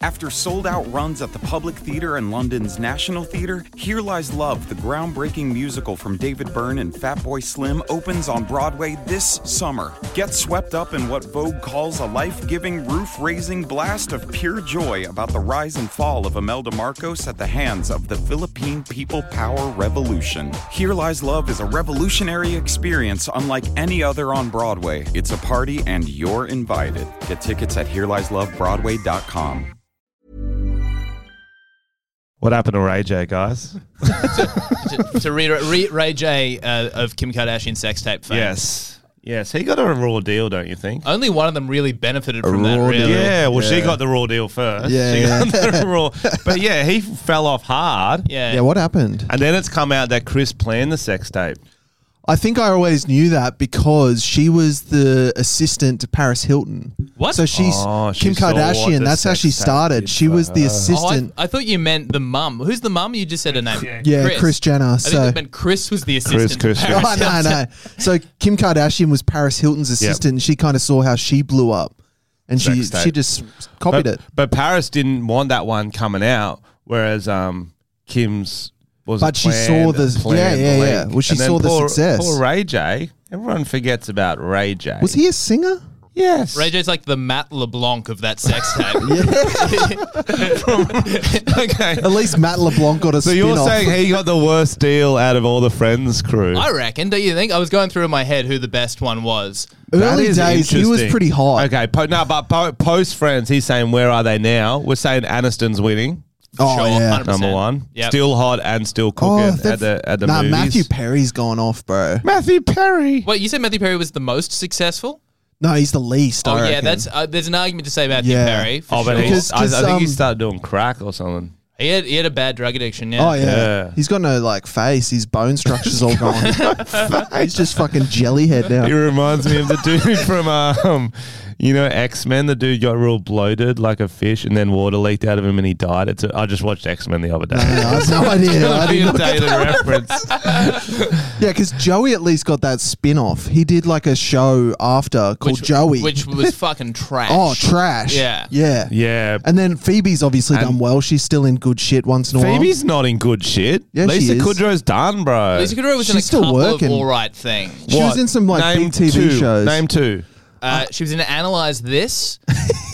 After sold out runs at the Public Theatre and London's National Theatre, Here Lies Love, the groundbreaking musical from David Byrne and Fatboy Slim, opens on Broadway this summer. Get swept up in what Vogue calls a life giving, roof raising blast of pure joy about the rise and fall of Imelda Marcos at the hands of the Philippine People Power Revolution. Here Lies Love is a revolutionary experience unlike any other on Broadway. It's a party, and you're invited. Get tickets at HereLiesLoveBroadway.com. What happened to Ray J, guys? to, to reiterate, Ray, Ray J uh, of Kim Kardashian sex tape fame. yes. Yes. He got a raw deal, don't you think? Only one of them really benefited from that, raw really. deal. Yeah, well, she Yeah. got the raw deal first. Yeah, she yeah. got the raw. But yeah, he fell off hard. Yeah. Yeah, what happened? And then it's come out that Chris planned the sex tape. I think I always knew that because she was the assistant to Paris Hilton. What? So she's Oh, she Kim saw what Kardashian. the That's how sex she tape started. did She for was the her. Oh, I, assistant. I thought you meant the mum. Who's the mum? You just said her name. yeah, Chris, Jenner. I think so it meant Chris was the assistant. Chris, Chris. to Paris Oh, no, Hilton. no. So Kim Kardashian was Paris Hilton's assistant, and she kind of saw how she blew up, and she Sex tape. she just copied But, it. but Paris didn't want that one coming out, whereas um, Kim's was. But she planned- saw the- planned yeah, yeah, the yeah. leak. Well, she And then saw the poor- success. Poor Ray J. Everyone forgets about Ray J. Was he a singer? Yes. Ray J's like the Matt LeBlanc of that sex tape. okay. At least Matt LeBlanc got a So spin you're off. saying he got the worst deal out of all the Friends crew? I reckon, don't you think? I was going through in my head who the best one was. That Early is days, he was interesting. pretty hot. Okay, po- no, but po- post Friends, he's saying where are they now? We're saying Aniston's winning, Oh Sure, yeah. 100%. number one. Yep. Still hot and still Oh, cooking at they've- the at the nah, movies. Matthew Perry's gone off, bro. Matthew Perry. Wait, you said Matthew Perry was the most successful? No, he's the least. Oh, I yeah, reckon. that's uh, there's an argument to say Matthew Yeah. Perry. For Oh, but sure. he's- Because- I, I 'cause, think he um, started doing crack or something. he, had, he had a bad drug addiction. Yeah. Oh yeah. Yeah. he's got no like face. His bone structure's all gone. he's just fucking jelly head He now. reminds me of the dude from um, you know, X Men. The dude got real bloated like a fish, and then water leaked out of him, and he died. It's a, I just watched X Men the other day. No, no, I have no idea. I didn't- Be a dated reference. yeah, because Joey at least got that spin off. He did like a show after called Which- Joey. Which was fucking trash. oh trash. Yeah. yeah, Yeah, And then Phoebe's obviously And- done well. She's still in good shit once in a Phoebe's not in good shit. Yeah, she Lisa is. Kudrow's done, bro. Lisa Kudrow was in She's a still couple working. of all right things. while. She was What? in some like Name big TV two. shows. Name two. Uh, Oh. she was in Analyze This.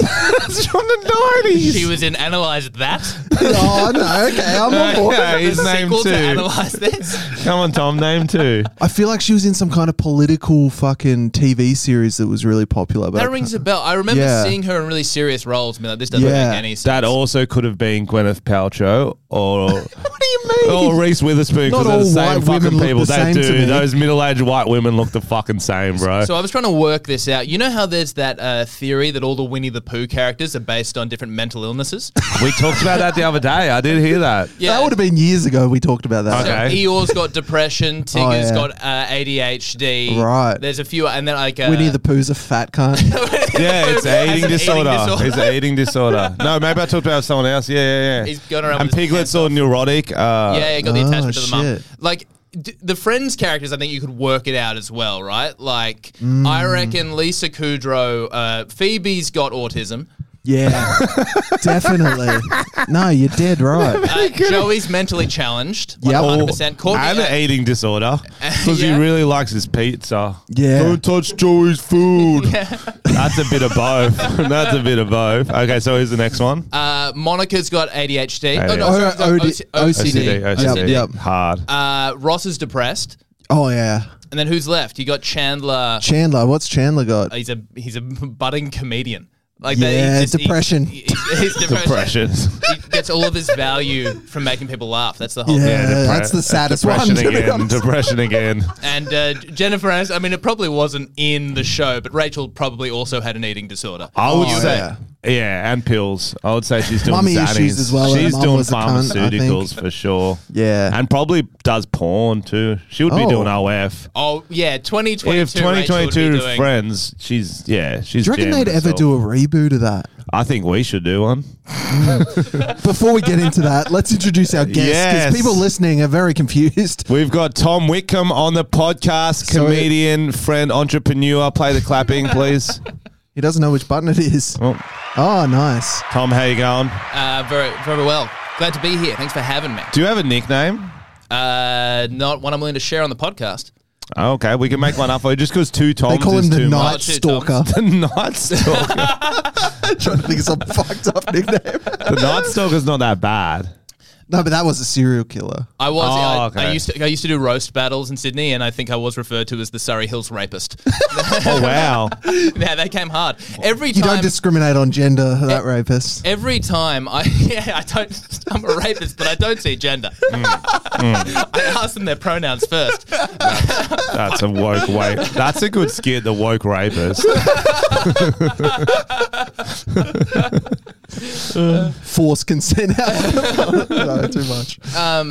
It's from the nineties. She was in Analyze That. oh no, okay, I'm on board. uh, he's name Sequel to two. Analyze This. Come on, Tom. Name two. I feel like she was in some kind of political fucking TV series that was really popular. But I That can't- rings a bell. I remember Yeah. seeing her in really serious roles. and being like, this doesn't Yeah. make any sense. That also could have been Gwyneth Paltrow or. What do you Oh, mean? Or Reese Witherspoon, Not because they're the same all white women fucking look people. the They same to do. me. Those middle-aged white women look the fucking same, bro. So I was trying to work this out. You know how there's that uh, theory that all the Winnie the Pooh characters are based on different mental illnesses? we talked about that the other day. I did hear that. That would have been years ago we talked about that. So Okay. Eeyore's got depression. Tigger's Oh, yeah. got uh, ADHD. Right. There's a few, and then like uh, Winnie the Pooh's a fat cunt. Yeah, it's Has an an eating eating disorder. disorder. It's an eating disorder. No, maybe I talked about someone else. Yeah, yeah, yeah. He's going around And with his piglets pants or neurotic. Uh, yeah, yeah, got the Oh, attachment to the mum. shit. Like d- the Friends characters, I think you could work it out as well, right? Like Mm. I reckon Lisa Kudrow, uh, Phoebe's got autism. yeah, definitely. No, you're dead right. Uh, Joey's mentally challenged. Like Yep. or- 100%. Courtney, Oh, and uh, an eating disorder because yeah. he really likes his pizza. Yeah. Don't touch Joey's food. That's a bit of both. That's a bit of both. Okay, so here's the next one. Uh, Monica's got ADHD. Oh, ADHD. no, sorry, sorry, O- OC- O- OCD. OCD. OCD. Yep, yep. Hard. Uh, Ross is depressed, Oh yeah, and then who's left? You got Chandler. Chandler. What's Chandler got? Uh, he's a he's a budding comedian. Like Yeah, he just- he- depression. he- he- he's depression. Depression. He gets all of his value from making people laugh. That's the whole Yeah, thing. Depre- that's the saddest depression one. to be Again, honest. depression again. And uh, Jennifer Aniston. I mean, it probably wasn't in the show, but Rachel probably also had an eating disorder. I would Oh, say. yeah. Yeah. and pills. I would say she's doing Mummy Xannies. issues as well. Her She's mum doing was a cunt, I think. pharmaceuticals for sure. Yeah. and probably does porn too. She would be Oh. doing OF. Oh yeah, twenty twenty If two. Twenty twenty 2022 two friend. friends, she's yeah, she's. Do you reckon jamming they'd ever herself. do a reboot of that? I think we should do one. Before we get into that, let's introduce our guest because Yes. people listening are very confused. We've got Tom Wickham on the podcast, So- comedian, friend, entrepreneur. Play the clapping, please. He doesn't know which button it is. Well, Oh, nice. Tom, how you going? Uh, very, very well. Glad to be here. Thanks for having me. Do you have a nickname? Uh, not one I'm willing to share on the podcast. Okay, we can make one up for you just because two Toms They call is him the too Night much. Stalker. much. The Night Stalker. trying to think of some fucked up nickname. the Night Stalker's not that bad. No, but that was a serial killer. I was. Oh, I, I okay. used to. I used to do roast battles in Sydney, and I think I was referred to as the Surrey Hills rapist. Oh, wow. now they came hard every You time. don't discriminate on gender, Eh, that rapist. every time I, yeah, I don't. I'm a rapist, but I don't see gender. I ask them their pronouns first. That's a woke wait. That's a good skit, the woke rapist. Mm. Force consent out. of them. no, too much. Um,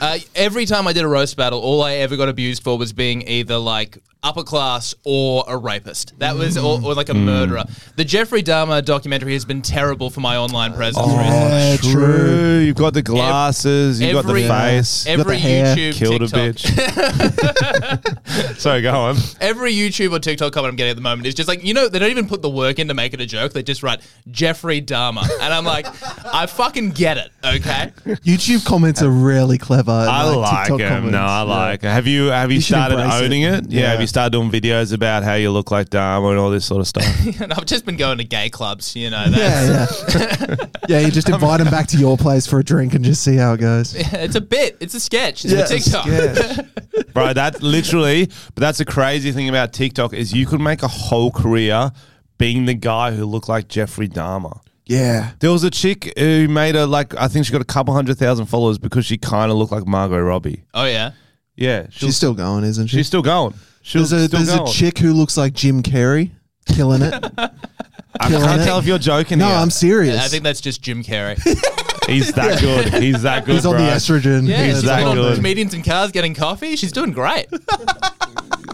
Uh, every time I did a roast battle, all I ever got abused for was being either like upper class or a rapist. That was, or, or like a murderer. The Jeffrey Dahmer documentary has been terrible for my online presence. Oh, recently. Yeah, true. Oh, You've got the glasses, you've got the every- face. Got Every the hair. YouTube, Killed TikTok, a bitch. Sorry, go on. every YouTube or TikTok comment I'm getting at the moment is just like, you know, they don't even put the work in to make it a joke. They just write Jeffrey Dahmer, and I'm like, I fucking get it. Okay, YouTube comments are really clever. I like TikTok him. No, I like. Have you have you, You should started embrace it. owning it? Yeah. Yeah. Have you started doing videos about how you look like Dharma and all this sort of stuff? and I've just been going to gay clubs. You know, that's, Yeah, yeah. yeah, you just invite him back to your place for a drink and just see how it goes. it's a bit, it's a sketch, it's Yeah, a it's a TikTok. Bro, that literally, but that's the crazy thing about TikTok is you could make a whole career being the guy who looked like Jeffrey Dahmer. Yeah. There was a chick who made a like I think she got a couple hundred thousand followers because she kind of looked like Margot Robbie. Oh yeah. Yeah, she She's was, still going, isn't she? she's still going. She was there's a, still there's a going. chick who looks like Jim Carrey, killing it. I killing can't it. tell if you're joking. no, here. I'm serious. I think that's just Jim Carrey. He's that good. He's that good. He's on bro. the estrogen. Yeah, He's she's that been on good. comedians and cars getting coffee. She's doing great.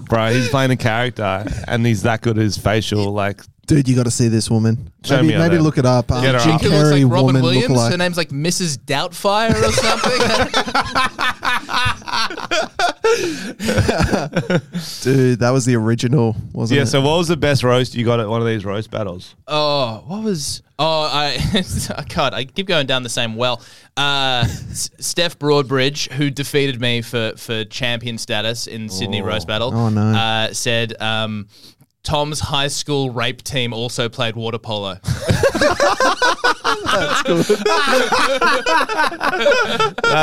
bro. He's playing a character, and he's that good. at His facial, like, Dude, you got to see this woman. Show maybe me her maybe then. look it up. Um, Get her Jim up. She looks Carrey like Robin woman Williams. look Her like. name's like Mrs. Doubtfire or something. Dude, that was the original, wasn't yeah. it? So, what was the best roast you got at one of these roast battles? oh, what was? Oh, I God, I keep going down the same well. Uh, S- Steph Broadbridge, who defeated me for for champion status in Sydney roast battle, Oh, no. uh, said. Um, Tom's high school rape team also played water polo. That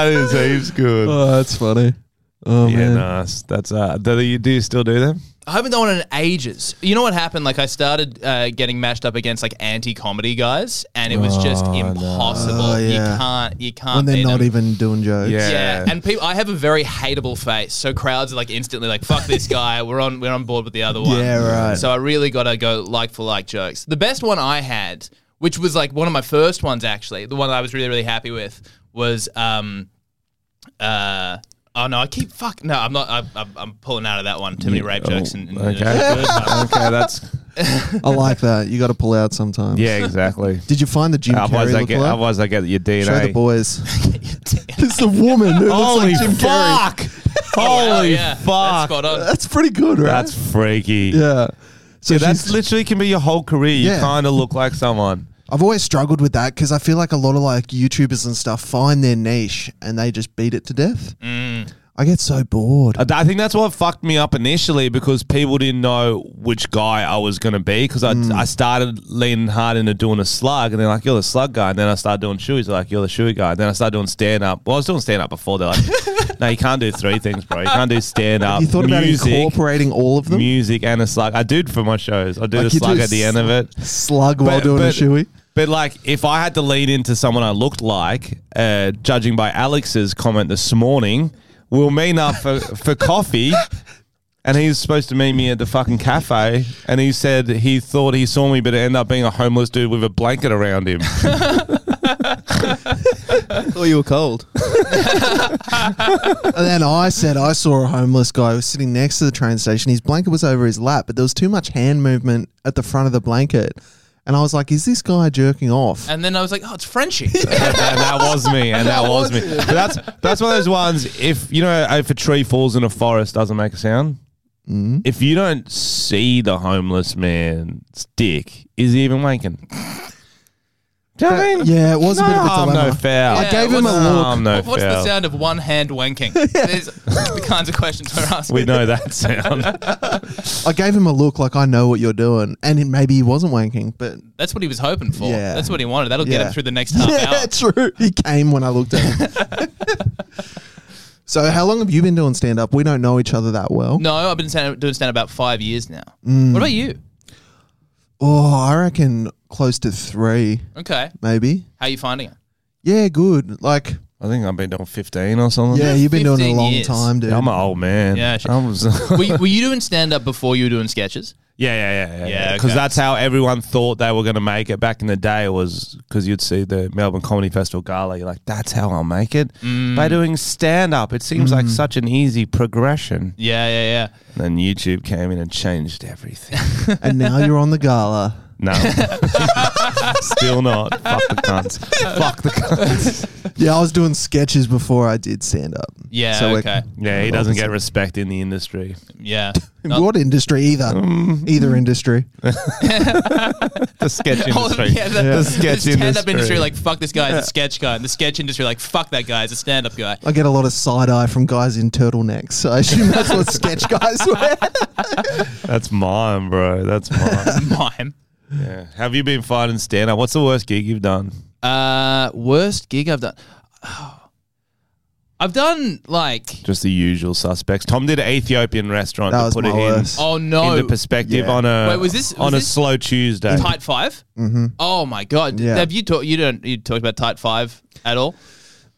is heaps good. oh, that's funny. Oh, yeah, man. nice. That's uh. Do you, do you still do them? I haven't done one in ages. You know what happened? Like I started uh, getting matched up against like anti-comedy guys, and it was just impossible. Oh, yeah. You can't, you can't. When they're beat not them. even doing jokes. Yeah. Yeah, and people. I have a very hateable face, so crowds are like instantly like, "Fuck this guy." We're on. We're on board with the other one. Yeah, right. So I really got to go like for like jokes. The best one I had, which was like one of my first ones actually, the one I was really really happy with was um, uh. Oh no! I keep fuck. No, I'm not. I, I'm, I'm pulling out of that one. Too many rape jokes. And, and oh, okay. okay, that's I like that. You got to pull out sometimes. yeah, exactly. Did you find the Jim Otherwise, Carrey I look get like? otherwise I get your DNA. Show the boys. it's the woman who looks Holy like Jim Carrey. fuck! Holy Oh, yeah. That's fuck! spot on. That's pretty good, right? That's freaky. yeah. So That's she's- literally can be your whole career. You Yeah. kind of look like someone. I've always struggled with that because I feel like a lot of like YouTubers and stuff find their niche and they just beat it to death. I get so bored. Mm. I I think that's what fucked me up initially because people didn't know which guy I was going to be because I, Mm. I started leaning hard into doing a slug and they're like, you're the slug guy. And then I started doing shoes. They're like, you're the shoe guy. And then I started doing stand up. Well, I was doing stand up before. They're like, no, you can't do three things, bro. You can't do stand up. you thought about incorporating all of them? Music and a slug. I do for my shows. I do Like the you do slug at the end of it. Slug while doing a shoey. But like, if I had to lean into someone I looked like, uh, judging by Alex's comment this morning, we'll meet up for, for coffee. And he was supposed to meet me at the fucking cafe, and he said he thought he saw me, but it ended up being a homeless dude with a blanket around him. Thought you were cold. and then I said I saw a homeless guy who was sitting next to the train station. His blanket was over his lap, but there was too much hand movement at the front of the blanket. And I was like, is this guy jerking off? And then I was like, oh, it's Frenchie. and that was me, and that was me. But that's that's one of those ones. If you know, if a tree falls in a forest, doesn't make a sound. Mm-hmm. if you don't see the homeless man's dick, is he even wanking? Do you know what I mean? yeah, it was a no bit of a harm, no dilemma. foul. I gave him no a look. Harm, no What's foul. the sound of one hand wanking? There's the kinds of questions we're asking. We know that sound. I gave him a look like I know what you're doing, and it, maybe he wasn't wanking, but That's what he was hoping for. Yeah. That's what he wanted. That'll get Yeah. him through the next half yeah, hour. true. He came when I looked at him. so, how long have you been doing stand up? We don't know each other that well. No, I've been stand- doing stand about five years now. What about you? Oh, I reckon close to three, Okay. maybe. How are you finding it? Yeah, good. Like, I think I've been doing 15 or something. yeah, you've been doing it a 15 long years. time, dude. I'm an old man. Yeah, sure. I was- Were you, were you doing stand up before you were doing sketches? yeah, yeah, yeah, yeah. Yeah, Because okay. that's how everyone thought they were going to make it back in the day. Was because you'd see the Melbourne Comedy Festival gala, you're like, "That's how I'll make it Mm. by doing stand up." It seems like such an easy progression. Yeah, yeah, And then YouTube came in and changed everything. and now you're on the gala. No, still not. Fuck the cunts. Fuck the cunts. Yeah, I was doing sketches before I did stand up. yeah. Yeah, So we're- okay. Yeah, he doesn't get respect in the industry. Yeah. In what industry either? Um, Either industry. The sketch Oh, industry. yeah, The the, the sketch stand-up industry. industry, like fuck this guy is a sketch guy, and the sketch industry, like fuck that guy is a stand-up guy. I get a lot of side eye from guys in turtlenecks, so I assume that's what sketch guys wear. That's mine, bro. That's mine. Mime. yeah. Have you been fighting stand up? What's the worst gig you've done? Uh, worst gig I've done. I've done like Just the usual suspects. Tom did an Ethiopian restaurant That to was put my it worst. in, oh no, into perspective Yeah. on a Wait, was this- on was a this slow Tuesday. tight 5 Mm-hmm. Oh my god, Yeah. have you talked? You don't you talked about tight five at all?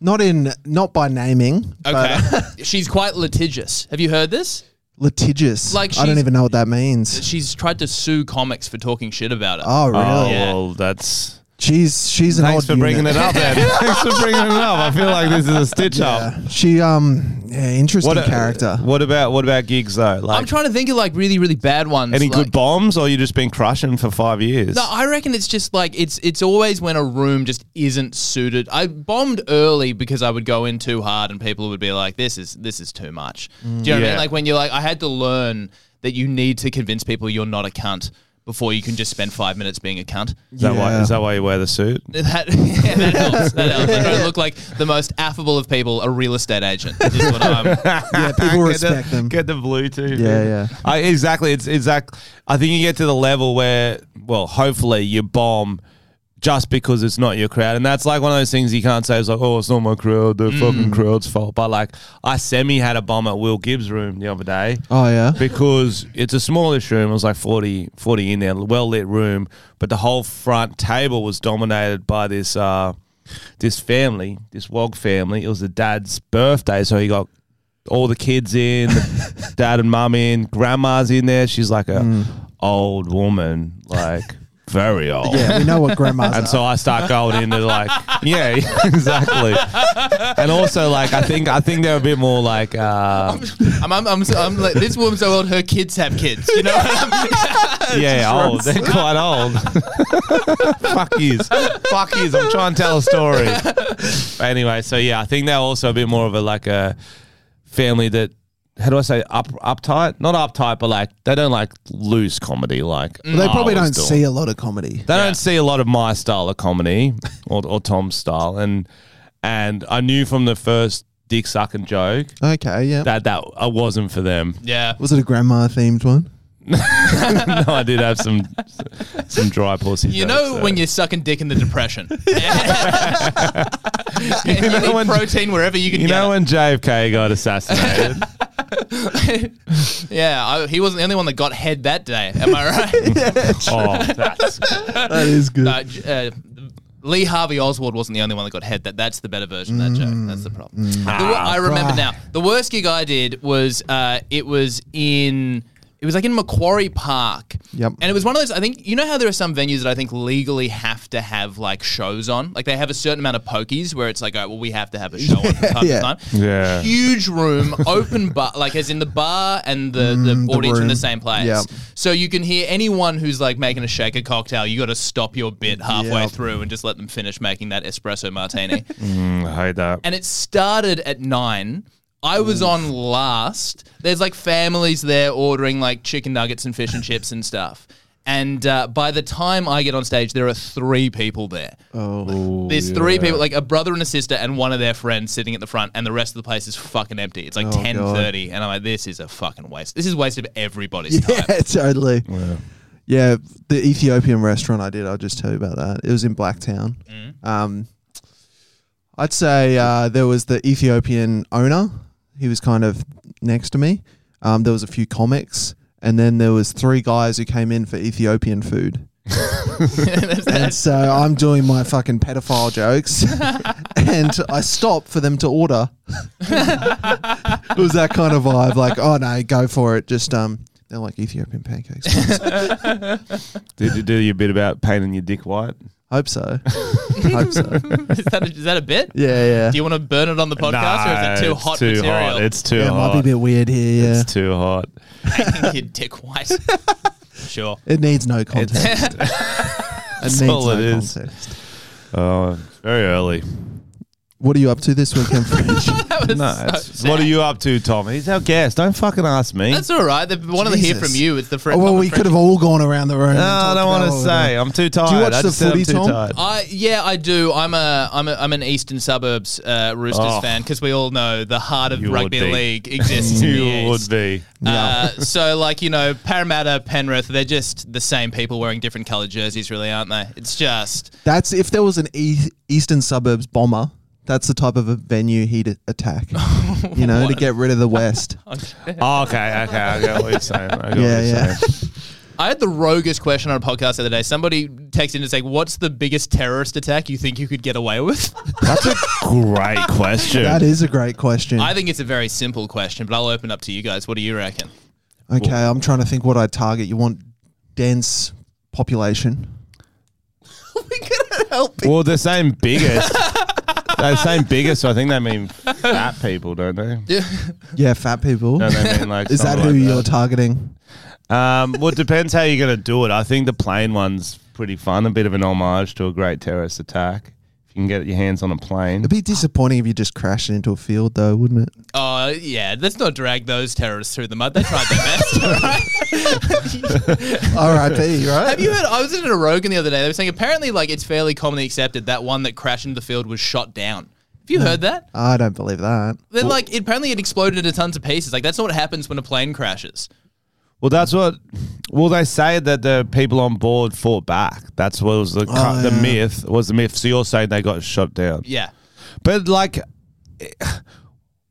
Not in, not by naming. but, Okay, uh, she's quite litigious. Have you heard this? litigious. Like Like I don't she's- even know what that means. She's tried to sue comics for talking shit about it. Oh, really? Oh Yeah. well, that's She's she's an thanks odd for bringing it up. Then thanks for bringing it up. I feel like this is a stitch up. Yeah. She um yeah, interesting a- character. What about what about gigs though? Like I'm trying to think of like really really bad ones. Any like- good bombs, or you just been crushing for five years? No, I reckon it's just like it's it's always when a room just isn't suited. I bombed early because I would go in too hard and people would be like, "This is this is too much." Do you know what I Mm, Yeah. mean? Like when you're like, I had to learn that you need to convince people you're not a cunt before you can just spend five minutes being a cunt. is that why? Yeah. Is that why you wear the suit? That, yeah, that helps. That helps. I try to look like the most affable of people, a real estate agent. Is what I'm, yeah, people respect the, them. Get the Bluetooth. Yeah, yeah. I, exactly. It's exact. I think you get to the level where, well, hopefully you bomb just because it's not your crowd, and that's like one of those things you can't say. It's like, oh, it's not my crowd. The fucking Mm. crowd's fault. But like, I semi had a bomb at Will Gibbs' room the other day. Oh yeah. because it's a smallish room. It was like 40, 40 in there, well lit room, but the whole front table was dominated by this uh, this family, this Wog family. It was the dad's birthday, so he got all the kids in, the dad and mum in, grandma's in there. She's like a old woman, like very old. Yeah, we know what grandmas And are. so I start going into like, yeah, exactly. And also, like, I think I think they're a bit more like, uh, I'm, I'm, I'm, so- I'm like, this woman's so old, her kids have kids. You know, yeah, oh, old. They're quite old. Fuck yous. Fuck yous. I'm trying to tell a story. But anyway, so yeah, I think they're also a bit more of a like a family that how do I say up uptight? Not uptight, but like they don't like loose comedy. Like they I probably was don't doing. see a lot of comedy. They don't see a lot of my style of comedy or, or Tom's style, and and I knew from the first dick sucking joke Okay, yeah. that that I wasn't for them. yeah. was it a grandma themed one? no, I did have some some dry pussy. You jokes, know so. when you're sucking dick in the depression. you know need when- protein wherever you can You get know it. when JFK got assassinated? Yeah, I, he wasn't the only one that got head that day. Am I right? oh, that's That is good. uh, j- uh, Lee Harvey Oswald wasn't the only one that got head that. That's the better version of that Mm. joke. That's the problem. The wo- I remember right. now. The worst gig I did was uh, it was in it was like in Macquarie Park. Yep. And it was one of those. I think you know how there are some venues that I think legally have to have like shows on. Like they have a certain amount of pokies where it's like, oh, well, we have to have a show on from time yeah. to time. Yeah. Huge room, open bar, like as in the bar and the, the audience in Mm, room. the same place. Yep. So you can hear anyone who's like making a shaker cocktail. You got to stop your bit halfway Yep. through and just let Mm. them finish making that espresso martini. I hate that. and it started at nine. I was on last. There's like families there ordering like chicken nuggets and fish and chips and stuff. And uh, by the time I get on stage, there are three people there. Oh, There's three people, like a brother and a sister, and one of their friends sitting at the front, and the rest of the place is fucking empty. It's like Oh, God. ten thirty, and I'm like, this is a fucking waste. This is a waste of everybody's time. yeah, totally. Yeah, the Ethiopian restaurant I did, I'll just tell you about that. It was in Blacktown. Um, I'd say uh, there was the Ethiopian owner. He was kind of next to me. Um, there was a few comics, and then there was three guys who came in for Ethiopian food. and so I'm doing my fucking pedophile jokes, and I stop for them to order. it was that kind of vibe, like, oh no, go for it. Just um, they're like Ethiopian pancakes. Did you do your bit about painting your dick white? Hope so. Hope so. is, that a, is that a bit? Yeah, yeah. Do you want to burn it on the podcast, or is it too hot too material? Hot. It's too yeah, it might hot. be a bit weird here. Yeah, It's too hot. Painting your dick white. sure. it needs no context. it needs all no it is. context. Oh, very early. What are you up to this weekend, French? That was No, so it's- sad. what are you up to, Tom? He's our guest. Don't fucking ask me. That's all right. They want to hear Jesus. from you. It's the friend. oh, well, we could have all gone around the room. and no, I talked don't want about to all of say. that. I'm too tired. watch I the just said I'm footy, too Tom? tired. I yeah, I do. I'm a I'm a, I'm an Eastern Suburbs uh, Roosters Oh. fan because we all know the heart of You rugby would be. league exists. in the You would East. be. Uh, so like you know Parramatta, Penrith, they're just the same people wearing different coloured jerseys, really, aren't they? It's just That's if there was an e- eastern suburbs bomber. That's the type of a venue he'd a- attack. you know, to get rid of the west. Oh, okay, okay. I got what you're saying. I got Yeah, what you're yeah. saying. I had the roguest question on a podcast the other day. Somebody texted in to say, "What's the biggest terrorist attack you think you could get away with?" Hmm. That's a great question. That is a great question. I think it's a very simple question, but I'll open up to you guys. What do you reckon? okay, I'm trying to think what I target. You want dense population. we couldn't help it. Well, the same biggest. the same biggest. So I think they mean fat people, don't they? Yeah, fat people. Don't they mean like Is that who something like you're targeting? Um, well, it depends how you're going to do it. I think the plane one's pretty fun, a bit of an homage to a great terrorist attack. If you can get your hands on a plane. It'd be disappointing if you just crashed into a field, though, wouldn't it? Oh yeah, let's not drag those terrorists through the mud. They tried their best. R.I.P. Right? Have you heard? I was in a Rogan the other day. They were saying apparently, like, it's fairly commonly accepted that one that crashed into the field was shot down. Have Hmm. you heard that? I don't believe that. Then, like, it, apparently it exploded into tons of pieces. Like, that's not what happens when a plane crashes. Well, that's what. Well, they say that the people on board fought back. That's what was the Oh, the yeah. myth was the myth. So you're saying they got shot down? Yeah. But like,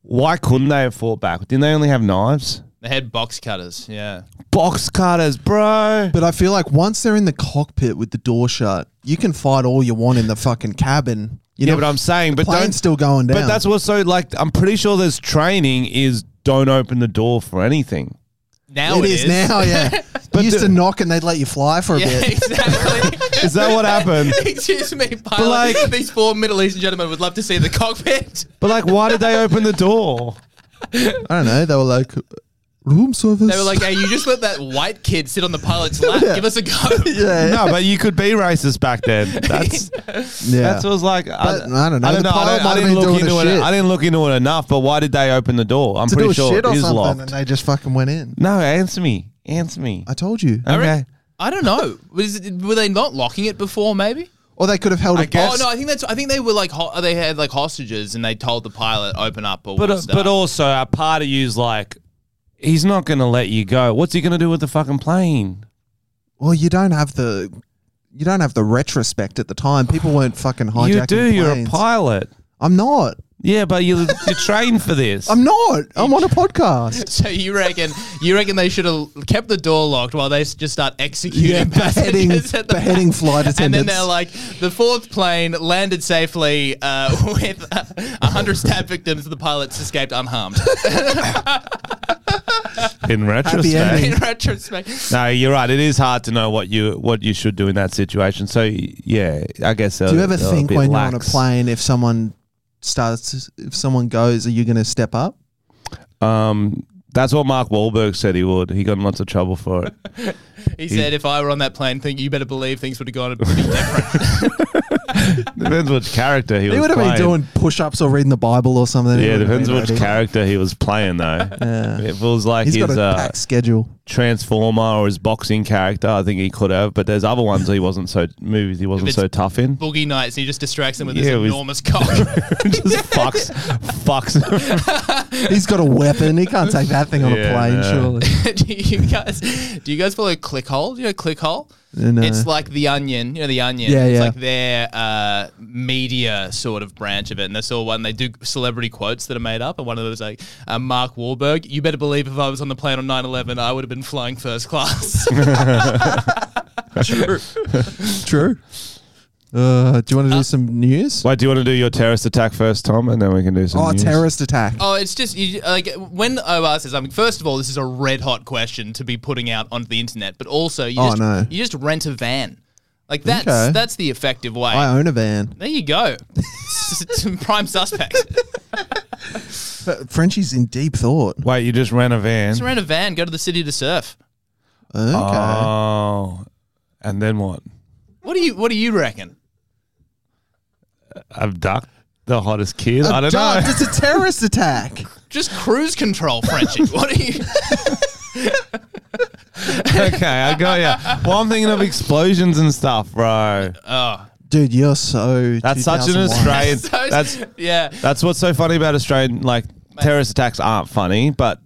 why couldn't they have fought back? Didn't they only have knives? They had box cutters. Yeah. Box cutters, bro. But I feel like once they're in the cockpit with the door shut, you can fight all you want in the fucking cabin. You yeah, know, but I'm saying, but plane's don't still going down. But that's what's so like. I'm pretty sure there's training is don't open the door for anything. Now it is, now. Yeah, you used the- to knock and they'd let you fly for a Yeah, bit. exactly. Is that what happened? Excuse me, pilot. like- These four Middle Eastern gentlemen would love to see the cockpit. But like, why did they open the door? I don't know. They were like room service. They were like, hey, you just let that white kid sit on the pilot's lap. Give us a go. yeah, No, but you could be racist back then. That's yeah. that's what was like. But I don't know. I, don't The know. I, don't- pilot I might have didn't been look doing the into it. shit. I didn't look into it enough. But why did they open the door? I'm to do pretty a sure shit it or is something, locked. and they just fucking went in. No, answer me. Answer me. I told you. I re- Okay. I don't know. Was it, were they not locking it before? Maybe. Or they could have held a Oh no, I think that's. I think they were like ho- they had like hostages, and they told the pilot open up or But uh, stuff. but also a part of you's like, he's not gonna let you go. What's he gonna do with the fucking plane? Well, you don't have the you don't have the retrospect at the time. People weren't fucking hijacking. you do. You're a planes. pilot. I'm not. Yeah, but you you train for this. I'm not. I'm on a podcast. so you reckon you reckon they should have kept the door locked while they s- just start executing Yeah, beheading, passengers at the beheading back? flight attendants. And then they're like, the fourth plane landed safely uh, with uh, hundred stab victims. The pilots escaped unharmed. In ending. In retrospect, no, you're right. It is hard to know what you what you should do in that situation. So yeah, I guess. uh, Do you ever think when you're on a plane, if someone starts, if someone goes, are you going to step up? Um, that's what Mark Wahlberg said he would. He got in lots of trouble for it. he said, "If I were on that plane, think you better believe things would have gone a pretty different." depends which character he, He was would have playing. been doing push-ups or reading the Bible or something. He yeah, would have depends been which ready. character he was playing though. Yeah. If It was like He's his got a uh, packed schedule. Transformer or his boxing character. I think he could have, but there's other ones he wasn't so movies he wasn't it's so tough in. Boogie Nights, and he just distracts them with Yeah, it this was- enormous cock. Just fucks, fucks. He's got a weapon. He can't take that thing on Yeah, a plane, no. surely. do you guys do you guys follow Clickhole? Do you know Clickhole? Uh, No. It's like the Onion, you know the Onion. Yeah, it's yeah. like their uh, media sort of branch of it, and they saw one. They do celebrity quotes that are made up, and one of them is like uh, Mark Wahlberg. You better believe if I was on the plane on 9-11, I would have been flying first class. True. True. Uh, do you want to do some news? Wait, do you want to do your terrorist attack first, Tom, and then we can do some? Oh, news? terrorist attack. Oh, it's just you, like when OR says, I mean, first of all, this is a red hot question to be putting out onto the internet, but also you Oh, just no. you just rent a van, like that's Okay. that's the effective way. I own a van. there you go, prime suspect. But Uh, Frenchie's in deep thought. Wait, you just ran a van. just rent a van, go to the city to surf. Okay. Oh, and then what? What do you What do you reckon? Abduct the hottest kid. I don't Abduct, know. It's a terrorist attack. Just cruise control, Frenchie. What do you? okay, I got yeah. Well, I'm thinking of explosions and stuff, bro. Oh, Dude, you're so. That's such an 2001. Australian. So- that's yeah. that's what's so funny about Australian. Like terrorist attacks aren't funny, but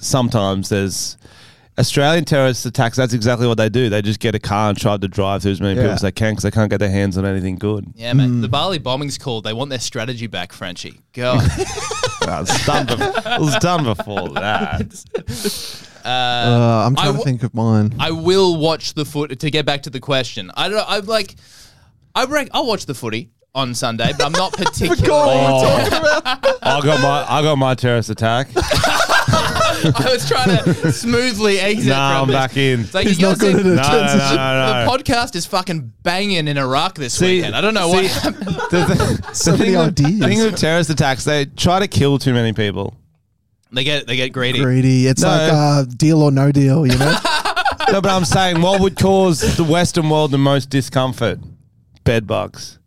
sometimes there's Australian terrorist attacks. That's exactly what they do. They just get a car and try to drive through as many people Yeah. as they can because they can't get their hands on anything good. Yeah, mate. Hmm. The Bali bombing's called. They want their strategy back, Frenchie. Go. Well, it's done. Be- it was done before that. Uh, I'm trying wa- to think of mine. I will watch the foot to get back to the question. I don't know. I'm like, I rec- I'll watch the footy on Sunday, but I'm not particularly. Oh, I got my I got my terrorist attack. I was trying to smoothly exit. Nah, from I'm it. back in. It's like, He's you not guys good at think- it. No, no, no, no, The no. podcast is fucking banging in Iraq this See- weekend. I don't know what. see- happened. The, thi- So the many thing with- ideas. thing with terrorist attacks, they try to kill too many people. They get they get greedy. Greedy. It's No. like uh, deal or no deal, you know? No, but I'm saying what would cause the Western world the most discomfort? Bed bugs.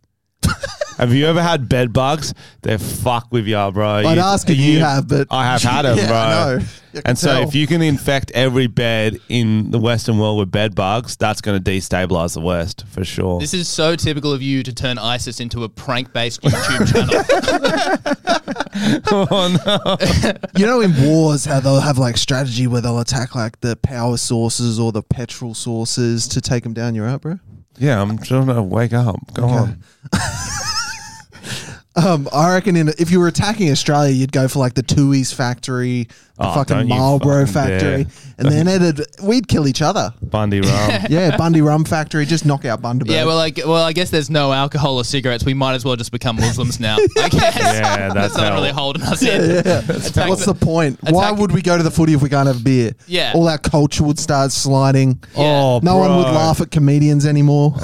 have you ever had bed bugs? They fuck with you, bro. I'd ask if you have, but- I have had them, Yeah, bro. I know. I can And so, tell. if you can infect every bed in the Western world with bed bugs, that's going to destabilize the West for sure. This is so typical of you to turn ISIS into a prank-based YouTube channel. oh, no. you know, in wars, how they'll have like strategy where they'll attack like the power sources or the petrol sources to take them down. You're right, bro? Yeah, I'm trying to wake up. Go on. Um, I reckon in, if you were attacking Australia, you'd go for like the Tui's factory, the Oh, don't fucking you Marlboro fucking dare. factory, and then it'd, we'd kill each other. Bundy rum. Yeah, Bundy Rum Factory, just knock out Bundaberg. yeah, well, like, well, I guess there's no alcohol or cigarettes. We might as well just become Muslims now. I guess. Yeah, that's That's not how- really holding us in. Attack What's the- the point? Why attack- would we go to the footy if we can't have beer? Yeah. All our culture would start sliding. Oh, no one would bro. laugh at comedians anymore.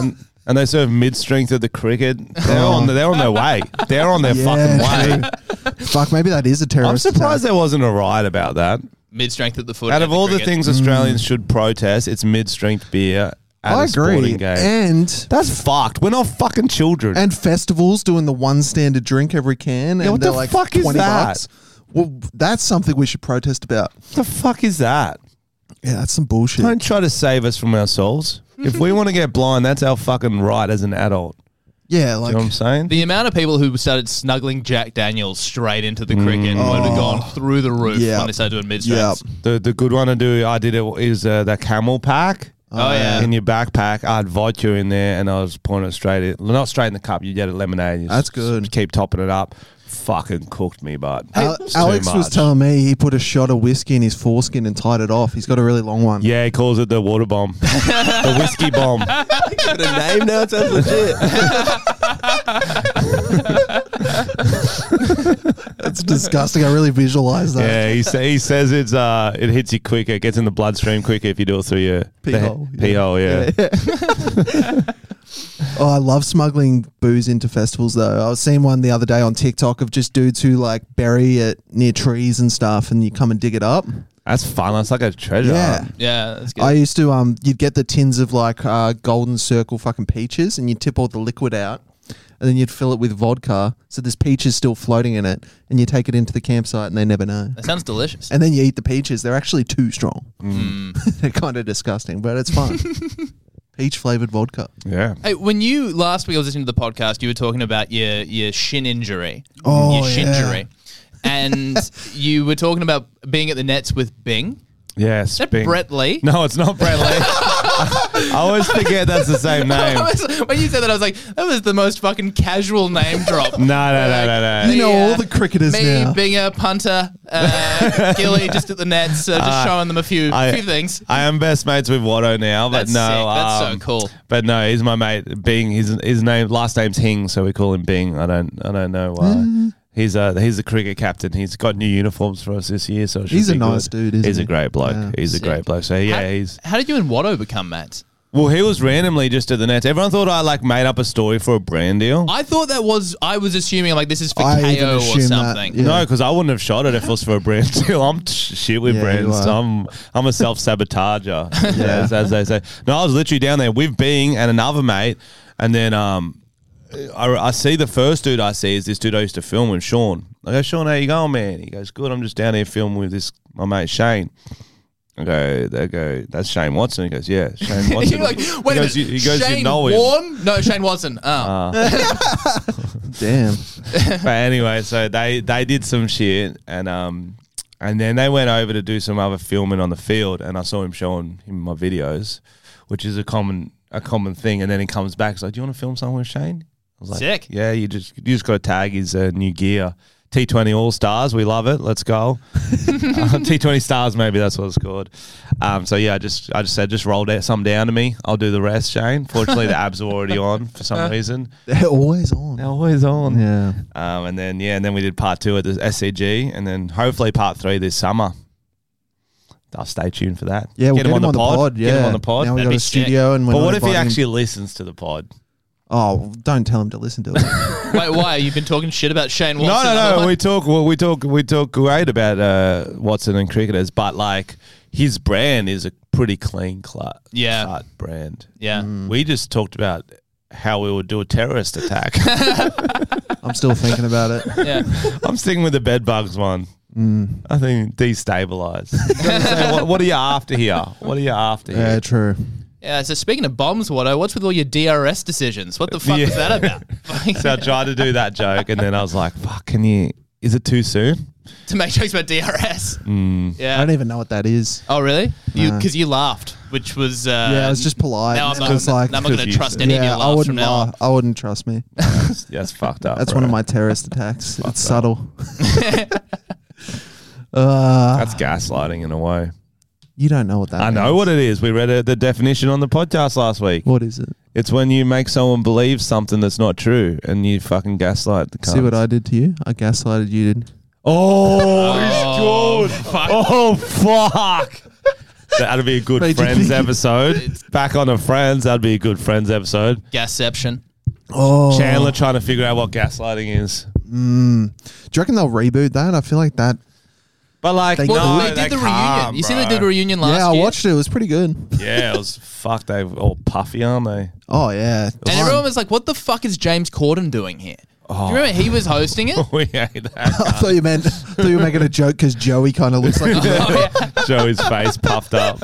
and they serve mid strength at the cricket. They're on they're on their way. They're on their fucking way. true. Fuck, maybe that is a I'm terrorist. surprised attack. there wasn't a riot about that. mid-strength at the foot. Out of and all the cricket. Mm. things Australians should protest, it's mid strength beer at I a agree. sporting game. And That's fucked. We're not fucking children. and festivals doing the one standard drink every can, and what they're the like fuck is twenty that? bucks. Well, that's something we should protest about. what the fuck is that? Yeah, that's some bullshit. Don't try to save us from ourselves. If we want to get blind, that's our fucking right as an adult. yeah, You like know what I'm saying? The amount of people who started snuggling Jack Daniels straight into the cricket Mm. would have gone through the roof Oh. Yeah. when they started doing yeah, mid-strengths. The the good one to do I did it is uh, the camel pack. Uh, Oh, yeah. in your backpack. I'd vodka in there, and I was pouring it straight in. Not straight in the cup. You get a lemonade. You That's just good. Keep topping it up. Fucking cooked me, but Al- Alex was telling me he put a shot of whiskey in his foreskin and tied it off. He's got a really long one. Yeah, he calls it the water bomb, the whiskey bomb. the name now sounds legit. That's disgusting. I really visualize that. Yeah, he sa- he says it's uh it hits you quicker, it gets in the bloodstream quicker if you do it through your Pee the- hole, Pee yeah. hole, yeah. Oh, I love smuggling booze into festivals though. I was seeing one the other day on TikTok of just dudes who like bury it near trees and stuff, and you come and dig it up. That's fun. That's like a treasure. Yeah. Yeah, that's good. I used to um, you'd get the tins of like uh, golden circle fucking peaches, and you tip all the liquid out, and then you'd fill it with vodka. So there's peaches still floating in it, and you take it into the campsite, and they never know. That sounds delicious. And then you eat the peaches. They're actually too strong. Mm. They're kind of disgusting, but it's fun. Peach flavored vodka. Yeah. Hey, when you last week I was listening to the podcast, you were talking about your your shin injury, Oh, your shin yeah. injury, and you were talking about being at the Nets with Bing. Yeah. Is that Brett Lee? No, it's not Brett Lee. I always forget that's the same name. I was- when you said that, I was like, that was the most fucking casual name drop. No, no, no, no, no. You know all uh, the cricketers Me, now. Binger, punter, uh, Gilly, just at the Nets, uh, just showing them a few I- few things. I am best mates with Watto now, but That's no, sick. That's so um, cool. But no, he's my mate. Bing, his his name, last name's Hing, so we call him Bing. I don't, I don't know why. Mm. He's a he's the cricket captain. He's got new uniforms for us this year, so it should He's a be nice good. dude, isn't He's a he? great bloke. Yeah. He's a great bloke. So yeah, how, he's how did you and Watto become mates? well. He was randomly just at the Nets. Everyone thought I like made up a story for a brand deal. I thought that was I was assuming like this is for I even KO or assume that, something. yeah. No, because I wouldn't have shot it if it was for a brand deal. I'm t- shit with Yeah, brands. you are. I'm I'm a self sabotager, Yeah. as, as they say. No, I was literally down there with Bing and another mate, and then um, I, I see the first dude I see is this dude I used to film with, Sean. I go, Sean, how you going, man? He goes, good. I'm just down here filming with this my mate Shane. I go, they go, that's Shane Watson. He goes, yeah, Shane Watson. You're like, wait he a minute. goes, you, he goes, Shane you know him. Ah. Warne? No, Shane Watson. Oh. Damn. but anyway, so they they did some shit, and um, and then they went over to do some other filming on the field, and I saw him showing him my videos, which is a common a common thing. And then he comes back, he's like, "Do you want to film somewhere, Shane?" I was like, Sick. Yeah, you just you just got to tag his uh, new gear. T20 All Stars, we love it. Let's go. Uh, T20 Stars, maybe that's what it's called. Um, so yeah, I just I just said just roll that- some down to me. I'll do the rest, Shane. Fortunately, the abs were already on for some reason. They're always on. Uh, They're always on. Yeah. Um, and then yeah, and then we did part two at the SCG, and then hopefully part three this summer. I'll stay tuned for that. Yeah, we'll get, him him on the pod. yeah. Get him on the pod. Now we've That'd got be a sick. studio and we're but what not if he inviting- actually listens to the pod? Oh, don't tell him to listen to it. Wait, why? You've been talking shit about Shane No, Watson. no, no. We talk. Well, we talk. We talk great about uh, Watson and cricketers, but like his brand is a pretty clean cut. Yeah. cut brand. yeah. We just talked about how we would do a terrorist attack. I'm still thinking about it. Yeah. I'm sticking with the bed bugs one. Mm. I think destabilize. So what, what are you after here? What are you after here? Yeah, true. Yeah. So speaking of bombs, Watto, what's with all your DRS decisions? What the fuck Yeah. is that about? so I tried to do that joke, and then I was like, "Fuck, can you? Is it too soon?" to make jokes about DRS. I Mm. Yeah. don't even know what that is. Oh, really? You No. because you laughed, which was uh, Yeah, I was just polite. Now I'm It's not, just like- now I'm not going to Confused. trust any of your I laughs from wouldn't. now on. laugh. I wouldn't trust me. That's, that's fucked up. That's bro. one of my terrorist attacks. it's subtle. uh, That's gaslighting in a way. you don't know what that. I know means. what it is. We read uh the definition on the podcast last week. What is it? It's when you make someone believe something that's not true, and you fucking gaslight the. Cunts. See what I did to you? I gaslighted you. Didn't? Oh, Oh, he's good. fuck. Oh, fuck. That'd be a good Mate, you friends think- episode. Back on the friends, that'd be a good friends episode. Gasception. Oh, Chandler trying to figure out what gaslighting is. Do you reckon they'll reboot that? I feel like that. But like, They- no, Well, they did the reunion. You see, they did a reunion last yeah, I year. watched it. It was pretty good. Yeah, it was fuck. They all puffy, aren't they? Oh yeah, And everyone was like, "What the fuck is James Corden doing here?" Oh. Do you remember he was hosting it? We hate that. I thought you meant. I thought you were making a joke because Joey kind of looks like. a jerk. Joey's face puffed up.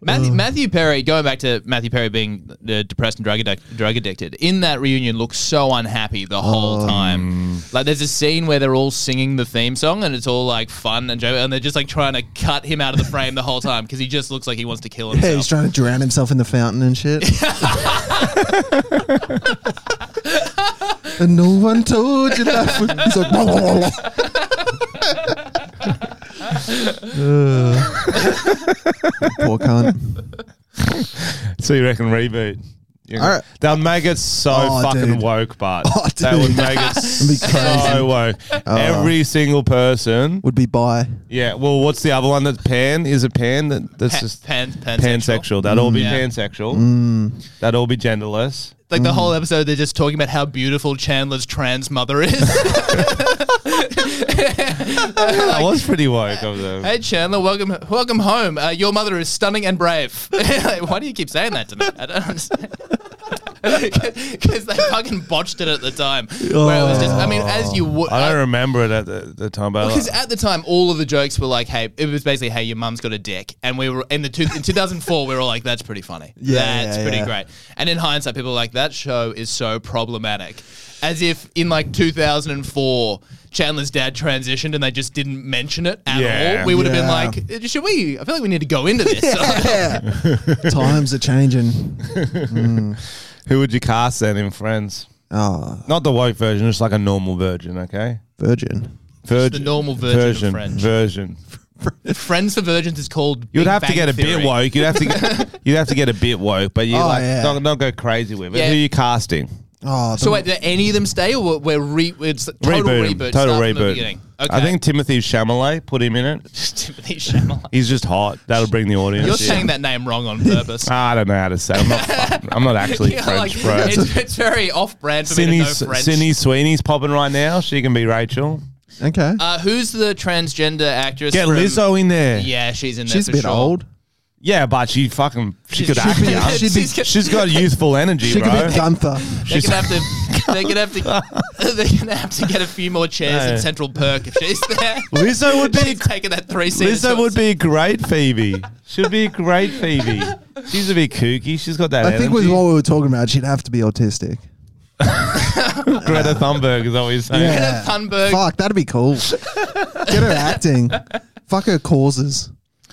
Matthew, Matthew Perry, going back to Matthew Perry being uh, depressed and drug, addic- drug addicted, in that reunion looks so unhappy the whole Um. time. Like, there's a scene where they're all singing the theme song and it's all like fun and joke, and they're just like trying to cut him out of the frame the whole time because he just looks like he wants to kill himself. Yeah, he's trying to drown himself in the fountain and shit. and no one told you that. He's like, "Blah, blah, blah, blah." Ugh. poor cunt. So you reckon reboot? You reckon- All right. They'll make it so Oh, fucking dude. woke, but Oh, they would dude. make it be Oh. so woke. Every single person. Would be bi. Yeah. Well, what's the other one that's pan? Is it pan? That, that's Pa- just pan, pansexual. Mm. pansexual. That'd all be Yeah. pansexual. Mm. That'd all be genderless. Like the whole episode, they're just talking about how beautiful Chandler's trans mother is. that was pretty woke of them. hey, Chandler, welcome, welcome home. Uh, your mother is stunning and brave. Like, Why do you keep saying that to me? I don't understand. because they fucking botched it at the time. Where it was just, I mean, as you would, I don't remember it at the, the time, but I- because at the time, all of the jokes were like, "Hey," it was basically, "Hey, your mum's got a dick," and we were in the two, in 2004, we were all like, "That's pretty funny. Yeah, That's yeah, pretty yeah. great." And in hindsight, people are like, "That show is so problematic," as if in like 2004, Chandler's dad transitioned and they just didn't mention it at Yeah. all. We would Yeah. have been like, "Uh, "Should we?" I feel like we need to go into this. Times are changing. who would you cast then in Friends? Oh, Not the woke version, just like a normal virgin, okay? virgin. Virgin, the normal version of version, French. version. Friends for Virgins is called. You'd Big have to Bang get a Theory. bit woke. You'd have to get, you'd have to get a bit woke, but you Oh, like yeah. don't, don't go crazy with it. Yeah. Who are you casting? Oh, So wait, did any of them stay, or we're re- it's Reboot, total reboot? him. start total from the reboot. beginning? I think Timothy Chalamet put him in it. Timothy Chalamet. He's just hot. That'll bring the audience. You're in. saying that name wrong on purpose. I don't know how to say. It. I'm not. fucking- I'm not actually Yeah, French, like, bro. It's, it's very off-brand for Cindy, me to know French. Cindy Sweeney's popping right now. She can be Rachel. okay. Uh, who's the transgender actress? Get from- Lizzo in there. Yeah, Yeah, she's in there. She's a for bit sure. old. but she fucking she She's- could act. she's- young. she's- she's- She's got youthful energy, She could bro. be Gunther. They're She's- gonna have to. They're gonna have to. They're gonna have to get a few more chairs Yeah. in Central Perk if she's there. Lizzo would be She's taking that three seats. Lizzo would be a great Phoebe. She'd be a great Phoebe. She's a bit kooky. She's got that. I think with energy. what we were talking about, she'd have to be autistic. Greta Thunberg is always saying. Yeah. Thunberg. Fuck, that'd be cool. Get her acting. Fuck her causes.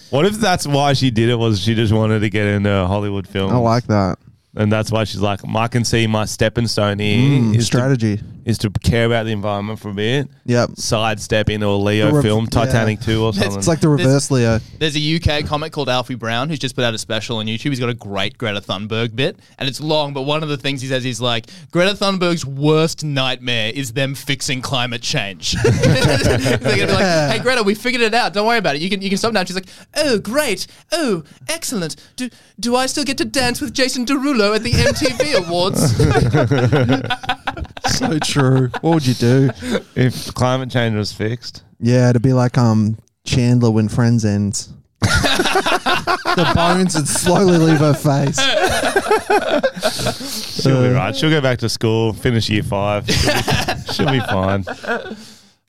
What if that's why she did it? Was she just wanted to get into Hollywood film? Oh, I like that. and that's why she's like, I can see my stepping stone here Mm, is to strategy. is to care about the environment for a bit. Yep. Sidestep into a Leo The rev- film, yeah. Titanic 2 or something. It's like the reverse Leo. There's a UK comic called Alfie Brown who's just put out a special on YouTube. He's got a great Greta Thunberg bit, and it's long. But one of the things he says is like, Greta Thunberg's worst nightmare is them fixing climate change. They're gonna be like, Hey Greta, we figured it out. Don't worry about it. You can you can stop now. And she's like, Oh great. Oh excellent. Do do I still get to dance with Jason Derulo at the MTV Awards? So true. What would you do? if climate change was fixed. Yeah, it'd be like um Chandler when Friends ends. the bones would slowly leave her face. Uh, She'll be right. She'll go back to school, finish year five. She'll be, she'll be fine.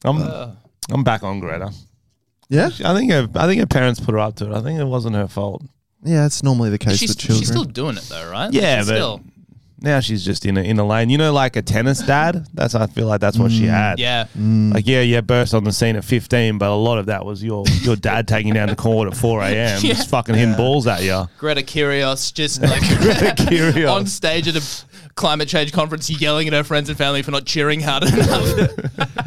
I'm, I'm back on Greta. Yeah, I think her, I think her parents put her up to it. I think it wasn't her fault. yeah, it's normally the case she's, with children. she's still doing it though, right? Yeah, she's but- Now she's just in a, in a lane. You know, like a tennis dad. That's I feel like that's what Mm. she had. yeah. Like yeah, yeah, burst on the scene at 15, but a lot of that was your your dad taking down the court at 4 a.m. Just fucking hitting balls at you. Greta Kyrgios just like Curious. on stage at a climate change conference yelling at her friends and family for not cheering hard enough.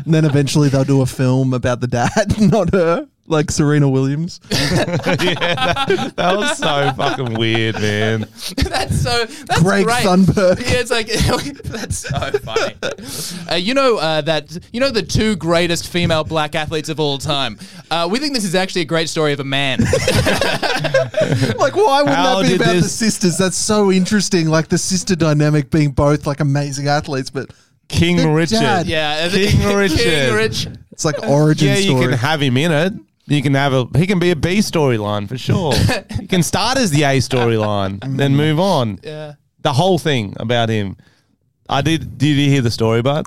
and then eventually they'll do a film about the dad, not her, like Serena Williams. That was so fucking weird, man. that's so that's Greg great. Thunberg. Yeah, it's like that's so funny. Uh, you know uh, that you know the two greatest female black athletes of all time. Uh, we think this is actually a great story of a man. Like, why wouldn't How that be did about the this- sisters? That's so interesting. Like the sister dynamic being both like amazing athletes, but King The Richard. dad. yeah, King King Richard. Richard. it's like origin Yeah, you story. can have him in it. You can have a he can be a B storyline for sure. he can start as the A storyline, then move on. Yeah. The whole thing about him. I did did you hear the story but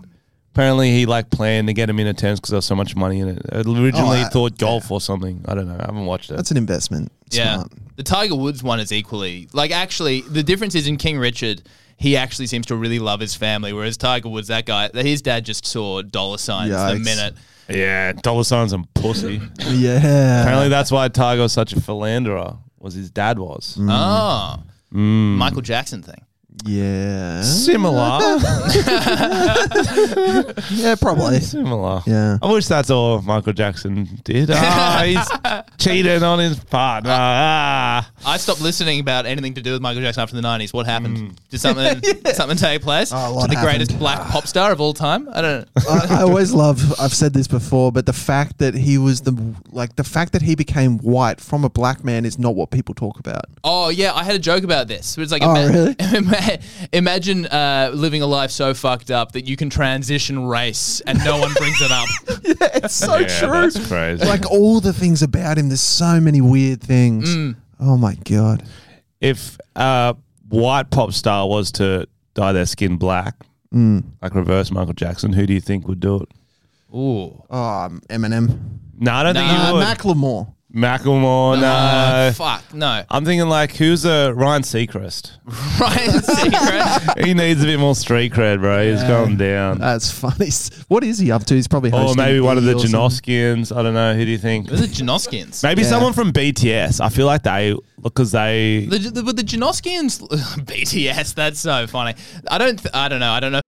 apparently he like planned to get him into tennis because there was so much money in it. Originally Oh, I- he thought golf or something. I don't know. I haven't watched it. That's an investment. Smart. The Tiger Woods one is equally like actually the difference is in King Richard, he actually seems to really love his family, whereas Tiger Woods, that guy, his dad just saw dollar signs the Yikes. minute. yeah, dollar signs and pussy. Yeah. apparently that's why Tiger was such a philanderer, was his dad was. Mm. Oh. Michael Jackson thing. Yeah. Similar. Yeah, probably. Similar. Yeah. I wish that's all Michael Jackson did. Ah, he's cheating on his partner. Ah. I stopped listening about anything to do with Michael Jackson after the nineties. What happened? Did something something take place? Mm. Oh, a lot to the greatest happened. black pop star of all time? I don't know. I, I always love. I've said this before, but the fact that he was the like the fact that he became white from a black man is not what people talk about. Oh yeah, I had a joke about this. It was like, Oh, really? ima- imagine uh, living a life so fucked up that you can transition race and no one brings it up. It's so that's crazy. Oh, Like all the things about him, there's so many weird Mm. things. Oh my god. if a white pop uh, star was to dye their skin black, like reverse Michael Jackson, who do you think would do it? Ooh. Oh, um, Eminem. No, I don't think Uh, you would. Macklemore. Macklemore, no. Uh, fuck, no. I'm thinking like, who's a Ryan Seacrest? Ryan Seacrest. he needs a bit more street cred, bro. He's gone down. Uh, That's funny. What is he up to? He's probably or hosting Oh, maybe an one of E the or something. Janoskians. I don't know. Who do you think? Was it Janoskians? Maybe Yeah. someone from BTS. I feel like they because they. The, the, but the Janoskians, BTS. That's so funny. I don't. Th- I don't know. I don't know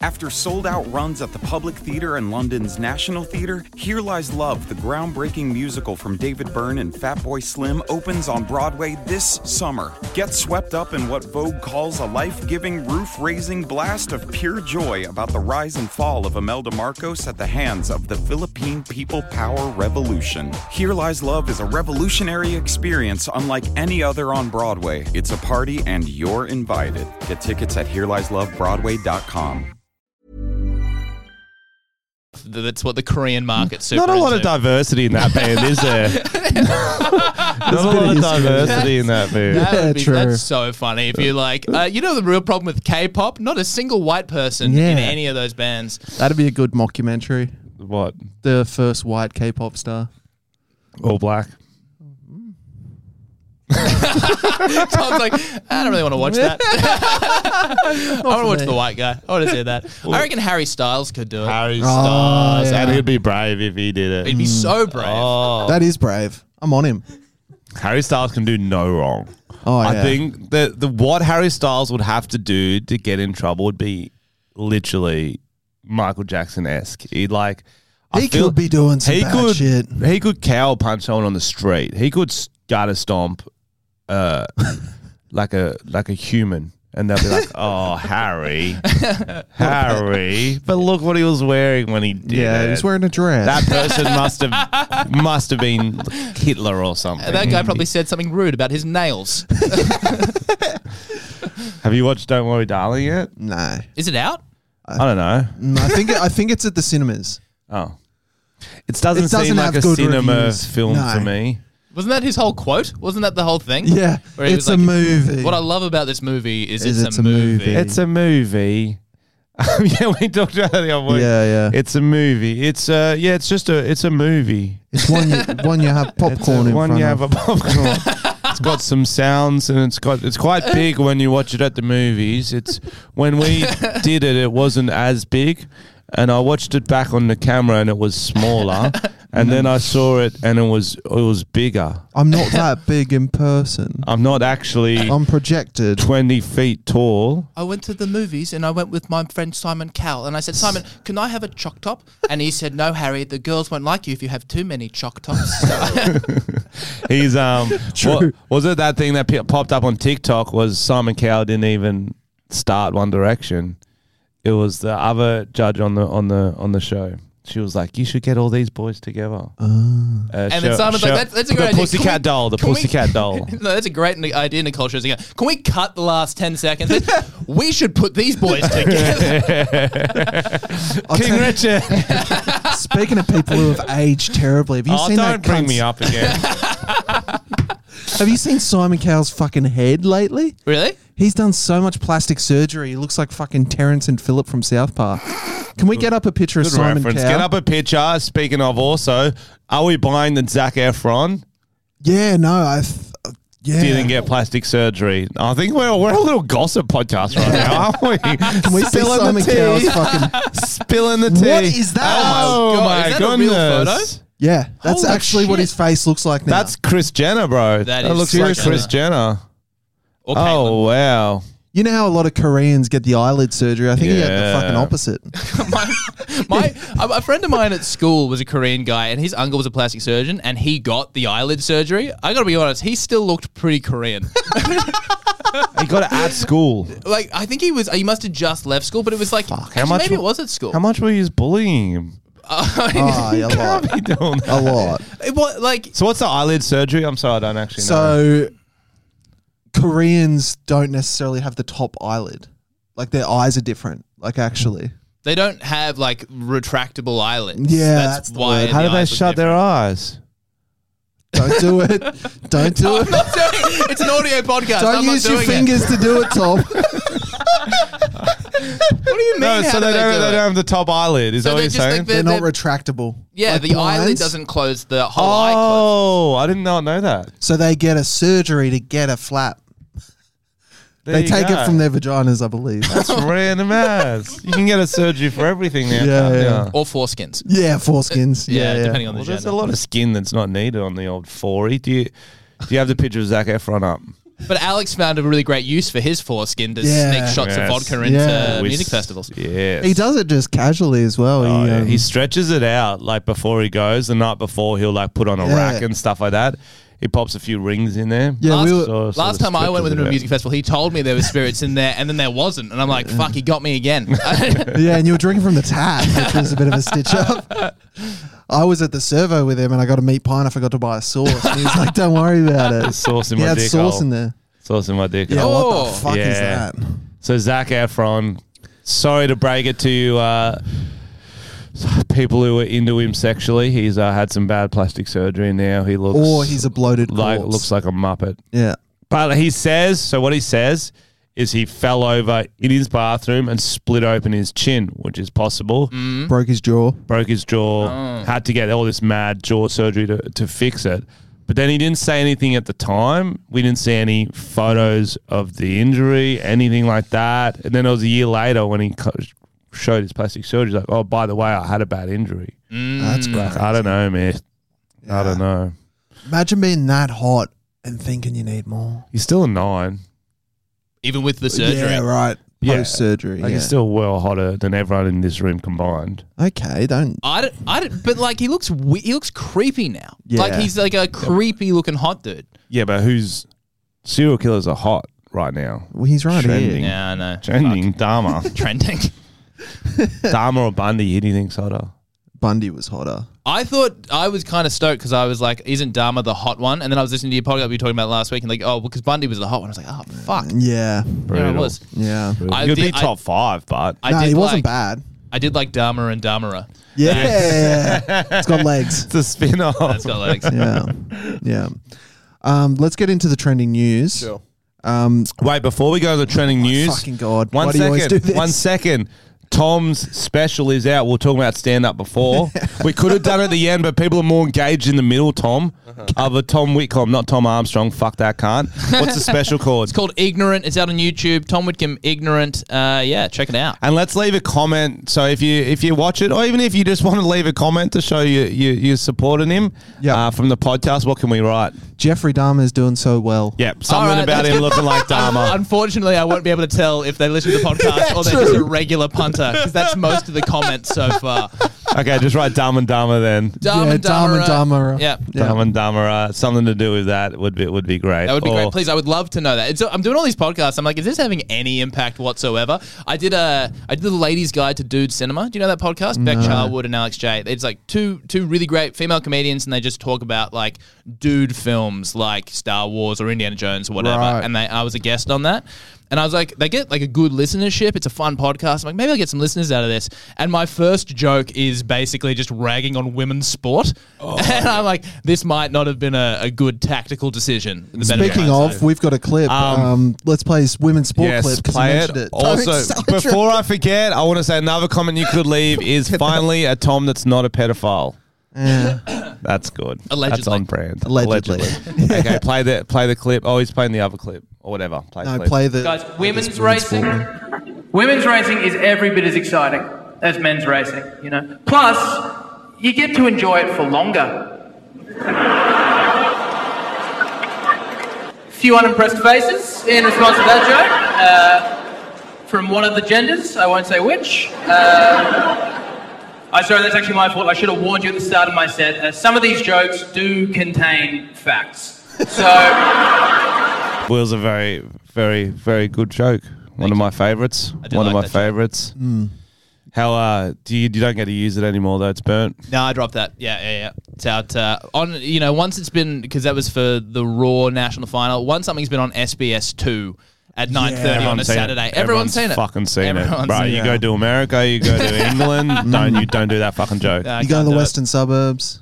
After sold out runs at the Public Theatre and London's National Theatre, Here Lies Love, the groundbreaking musical from David Byrne and Fatboy Slim, opens on Broadway this summer. Get swept up in what Vogue calls a life giving, roof raising blast of pure joy about the rise and fall of Imelda Marcos at the hands of the Philippine People Power Revolution. Here Lies Love is a revolutionary experience unlike any other on Broadway. It's a party, and you're invited. Get tickets at HereLiesLoveBroadway.com. if that's what the Korean market. super Not a lot of into. diversity in that band, is there? Not a lot bit of of history. diversity in that band. That would Yeah, be, true. That's so funny. If you're like, uh, you know, the real problem with K-pop, not a single white person Yeah. in any of those bands. That'd be a good mockumentary. What? The first white K-pop star. All black. Tom's like, I don't really want to watch that. I want to watch the white guy. I want to see that. I reckon Harry Styles could do it. Harry Styles. Styles. Oh, yeah. And he'd be brave if he did He'd it. be so brave. Oh. Oh. That is brave. I'm on him. Harry Styles can do no wrong. Oh, I yeah. think that the what Harry Styles would have to do to get in trouble would be literally Michael Jackson esque. He'd like I He feel- could be doing some he bad could shit. he could cow punch someone on the street. He could s- gutter stomp uh, like a like a human. And they'll be like, "Oh, Harry, Harry!" But look what he was wearing when he did Yeah, it. he's wearing a dress. that person must have must have been Hitler or something. And that guy probably said something rude about his nails. Have you watched Don't Worry, Darling yet? no. Is it out? I don't know. Mm, I think I think it's at the cinemas. Oh. It doesn't, It doesn't seem like have a good cinema reviews. film to No. me. Wasn't that his whole quote? Wasn't that the whole thing? Yeah, Where he it's was a movie. What I love about this movie is, Is it's, a, movie. It's a movie. yeah, we talked about that the other week. Yeah, yeah. It's a movie. It's uh yeah, it's just a it's a movie. It's one you, one you have It's a- popcorn in one front you of. have a popcorn. it's got some sounds and it's got it's quite big when you watch it at the movies. It's when we did it it wasn't as big and I watched it back on the camera and it was smaller and then I saw it and it was it was bigger. I'm not that big in person. I'm not actually I'm projected. 20 feet tall. I went to the movies and I went with my friend Simon Cowell and I said, Simon, can I have a choc top? And he said, No, Harry, the girls won't like you if you have too many choc tops. He's um what, was it that thing that pe- popped up on TikTok was Simon Cowell didn't even start One Direction. It was the other judge on the on the on the show. She was like, "You should get all these boys together." Ah. Uh, and then Simon's like, "That's- that's a good the idea. Can pussycat we- doll, the can we- pussycat doll. no, that's a great ni- idea, Nicole Scherzinger. Can we cut the last 10 seconds? we should put these boys together. I'll King tell- Richard. Speaking of people who have aged terribly, have you oh, seen don't that? bring cunt's- me up again. Have you seen Simon Cowell's fucking head lately? really? He's done so much plastic surgery. He looks like fucking Terrence and Phillip from South Park. Can we get up a picture of Good Simon reference. Cowell? Get up a picture. Speaking of, also, are we buying the Zac Efron? yeah, no, I. Th- yeah. didn't get plastic surgery. I think we're, we're a little gossip podcast right now, aren't we? Can we see spilling Simon the Cowell's tea? fucking? spilling the tea. What is that? Oh, Oh, my God. Is that a real goodness! photo? Yeah, that's Holy actually what shit. his face looks like now. That's Chris Jenner, bro. That That, is looks Chris like Chris Jenner. Or Oh wow! you know how a lot of Koreans get the eyelid surgery. I think he had Yeah. the fucking opposite. Caitlin? my, a a friend of mine at school was a Korean guy and his uncle was a plastic surgeon and he got the eyelid surgery. I got to be honest, he still looked pretty Korean. He got it at school. like, I think he was, he must have just left school, but it was like, how actually, much maybe wa- it was at school. How much were you bullying him? Ah, yeah, a How lot, are you doing? a lot. It was like, So what's the eyelid surgery? I'm sorry, I don't actually know. So Koreans don't necessarily have the top eyelid. Like their eyes are different. Like actually. they don't have like retractable eyelids. Yeah, That's, that's the why. word. the How do they eyes look shut different. their eyes? Don't do it. Don't do it. not doing it. It's an audio podcast. Don't I'm use not your doing It. fingers to do it, Tom. What do you mean? No, how so do they they don't, do they it? don't have the top eyelid. Is So that what they're you're just like saying? the- They're not they're- retractable. Yeah, Like the eyelid blinds. doesn't close the whole eye. Closes. oh, I didn't know, know that. So they get a surgery to get a flap. There they you take go. it from their vaginas, I believe. That's random ass. You can get a surgery for everything now. Yeah, can't yeah. ya? Or foreskins. yeah, foreskins. Yeah, Yeah, yeah. depending on the Well, gender. there's a lot of skin that's not needed on the old 40. Do you do you have the picture of Zach Efron up? But Alex found a really great use for his foreskin to Yeah. sneak shots Yes. of vodka into Yeah. With- Uh, music festivals. Yes. He does it just casually as well. Oh, he, yeah. um, He stretches it out like before he goes. The night before, he'll like put on a Yeah. rack and stuff like that. He pops a few rings in there. yeah, we Last- were, So- so Last the time I script went is with him to a about- music festival, he told me there were spirits in there, and then there wasn't, and I'm like, "Fuck, he got me again." yeah, and you were drinking from the tap, which was a bit of a stitch up. I was at the servo with him, and I got a meat pie, and I forgot to buy a sauce. And he was like, "Don't worry about it." Sauce in he my had dick sauce hole. in there. Sauce in my dick. Yeah, hole. Oh. what the fuck is Yeah. that? So Zach Efron, sorry to break it to you, uh, people who are into him sexually. He's uh, had some bad plastic surgery now. He looks Or Oh, he's a bloated like corpse. looks like a muppet. yeah. But he says so. What he says is he fell over in his bathroom and split open his chin, which is possible. Hmm? Broke his jaw. Broke his jaw. Had to get all this mad jaw surgery to, to fix it. But then he didn't say anything at the time. We didn't see any photos of the injury, anything like that. And then it was a year later when he co- showed his plastic surgery. He's like, oh, by the way, I had a bad injury. Hmm. That's great. Like, I don't know, man. I don't know. Imagine being that hot and thinking you need more. He's still a nine. Even with the surgery, Yeah, right. Yeah. Post surgery. Like, he's still well hotter than everyone in this room combined. okay, don't. I don't, I don't, but like he looks, we- he looks creepy now. Yeah. Like he's like a creepy looking hot dude. Yeah, but who's serial killers are hot right now? Well, he's right Trending. here. Yeah, I know. Trending Dharma, Fuck. trending. Dharma or Bundy? Who do you think's hotter? Bundy was hotter. I thought I was kind of stoked because I was like, "Isn't Dharma the hot one?" And then I was listening to your podcast we were talking about last week, and like, "Oh, because Bundy was the hot one." I was like, "Oh, Mm, fuck." Yeah. Yeah, it Brutal. was. Yeah. I You'd be did- I- top five, but I no, did he wasn't like, bad. I did like Dharma and Dharmara. Yeah. it's got legs. it's a spin off. That's got legs. Yeah. Yeah. Um, let's get into the trending news. Sure. Um, Wait, before we go to the trending news, Oh fucking God. one Why do you always second, do this? one second. Tom's special is out. We We're talking about stand up before. we could have done it at the end, but people are more engaged in the middle. Tom, Uh-huh. of a Tom Whitcomb, not Tom Armstrong. Fuck that can't. What's the special called? It's called Ignorant. It's out on YouTube. Tom Whitcomb, Ignorant. Uh, yeah, check it out. And let's leave a comment. So if you if you watch it, or even if you just want to leave a comment to show you you you supporting him Yeah. uh, from the podcast, what can we write? Jeffrey Dahmer is doing so well. Yep, something right, about that's him looking like Dharma. Unfortunately, I won't be able to tell if they listen to the podcast or they're just a regular punter because that's most of the comments so far. okay, just write Dharma and Dharma then. Dharma yeah, and Dharma. Dahmer, Dahmer. Yeah. Dharma and Dharma. Uh, something to do with that would be would be great. That would be Or- great. Please, I would love to know that. It's, I'm doing all these podcasts. I'm like, is this having any impact whatsoever? I did a I did the Ladies Guide to Dude Cinema. Do you know that podcast? Beck Charwood and Alex J. It's like two two really great female comedians, and they just talk about like dude films, like Star Wars or Indiana Jones or whatever. Right. And they I was a guest on that. And I was like, they get like a good listenership. It's a fun podcast. I'm like, maybe I'll get some listeners out of this. And my first joke is basically just ragging on women's sport. and I'm like, this might not have been a, a good tactical decision. in the benefit Speaking hindsight. of, we've got a clip. Um, Um, let's play his women's sport Yes, clip. 'cause you play it. mentioned Don't Also, stop it. before I forget, I want to say another comment you could leave is finally a Tom that's not a pedophile. Yeah. That's good. That's Allegedly. on brand. Allegedly. okay, play the play the clip. Oh, he's playing the other clip or whatever. Play the No, clip. play the Guys, women's racing, women's racing is every bit as exciting as men's racing, you know. Plus, you get to enjoy it for longer. Few unimpressed faces in response to that joke uh, from one of the genders. I won't say which. Uh, I sorry, that's actually my fault. I should have warned you at the start of my set. Uh, some of these jokes do contain facts, so. Will's a very, very, very good joke. One of my favorites. I do One of my like that joke. favorites. Hmm. How uh, do you, you don't get to use it anymore though? It's burnt. No, I dropped that. Yeah, yeah, yeah. It's out uh, on. You know, once it's been because that was for the Raw national final. Once something's been on SBS two at nine thirty on a Everyone's seen it. Saturday, everyone's, seen it. Fucking seen Everyone's it, bro. seen You it. go to America, you go to Hmm. England. don't you don't do Mm. that fucking joke. Uh, I you go to can't the do it. western suburbs.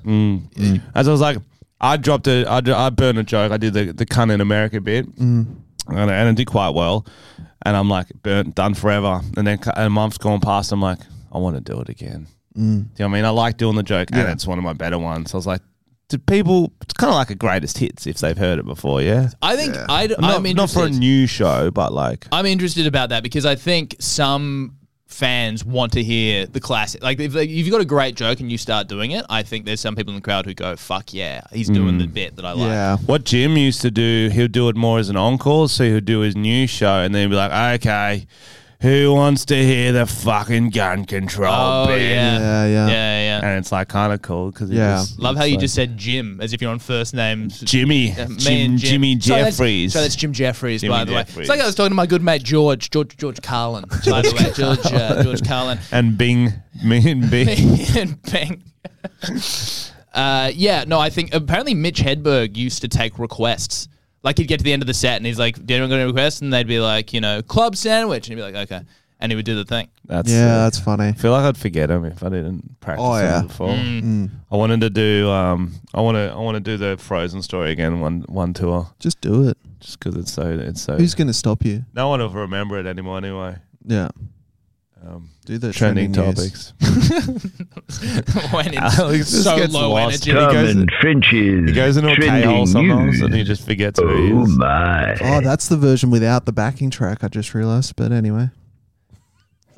As I was like, I dropped a, I, dro- I burned a joke. I did the, the cunt in America bit, and, and it did quite well. And I'm like, burnt, done forever. And then cu- a month's gone past. I'm like, I want to do it again. Do you know what I mean? I like doing the joke, and it's one of my better ones. I was like, do people? It's kind of like a greatest hits if they've heard it before. Yeah, I think I'd, not, I'm not interested. for a new show, but like, I'm interested about that because I think some fans want to hear the classic. Like if, if you've got a great joke and you start doing it, I think there's some people in the crowd who go, "Fuck yeah, he's Mm. doing the bit that I like." Yeah. What Jim used to do, he'll do it more as an encore, so he'll do his new show and then be like, okay, who wants to hear the fucking gun control Oh bit? yeah. Yeah, yeah, yeah. yeah, And it's like kind of cool because Yeah. Love how you just said Jim as if you're on first names. Jimmy, Uh, me Jim, and Jimmy So that's- Jeffries. So that's, Jim Jeffries, Jimmy by the way. Jeffries. It's like I was talking to my good mate George, George, George Carlin, by the way, George, uh, George Carlin. and Bing, me and Bing. and bang. Uh, yeah, no, I think apparently Mitch Hedberg used to take requests. Like he'd get to the end of the set and he's like, "Do anyone got any requests?" And they'd be like, "You know, club sandwich," and he'd be like, "Okay," and he would do the thing. That's Yeah, uh, that's funny. I feel like I'd forget him if I didn't practice Oh, them yeah. Mm. before. Mm. I wanted to do, um, I want to, I want to do the Frozen story again one, one tour, Just do it. just because it's so, it's so. Who's going to stop you? no one will remember it anymore anyway. Yeah. Um, Do the trending trending, news. topics. when it's Alex just so gets low lost. energy. He goes- Carmen Finch's He goes into a K hole trending sometimes news. and he just forgets who he Oh is. my! Oh, that's the version without the backing track. I just realized. But anyway,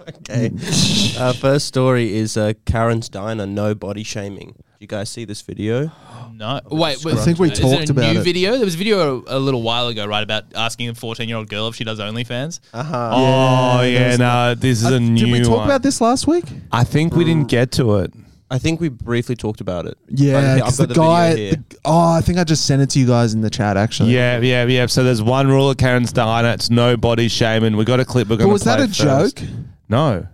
Okay. Mm. Our first story is uh, Karen's Diner, no body shaming. Do you guys see this video? No, wait. wait, I think we is there talked a about new it. video. There was a video a, a little while ago, right, about asking a 14 year old girl if she does OnlyFans. Uh-huh. Oh yeah, there's no, this Oh, is a new did we talk one. about this last week? I think we didn't get to it. I think we briefly talked about it. Yeah, I've because the, got video guy. here. the- oh, I think I just sent it to you guys in the chat. Actually, Yeah, yeah, yeah. So there's one rule at Karen's Diner. It's no body shaming. We got a clip. We're But going. was that a joke? No,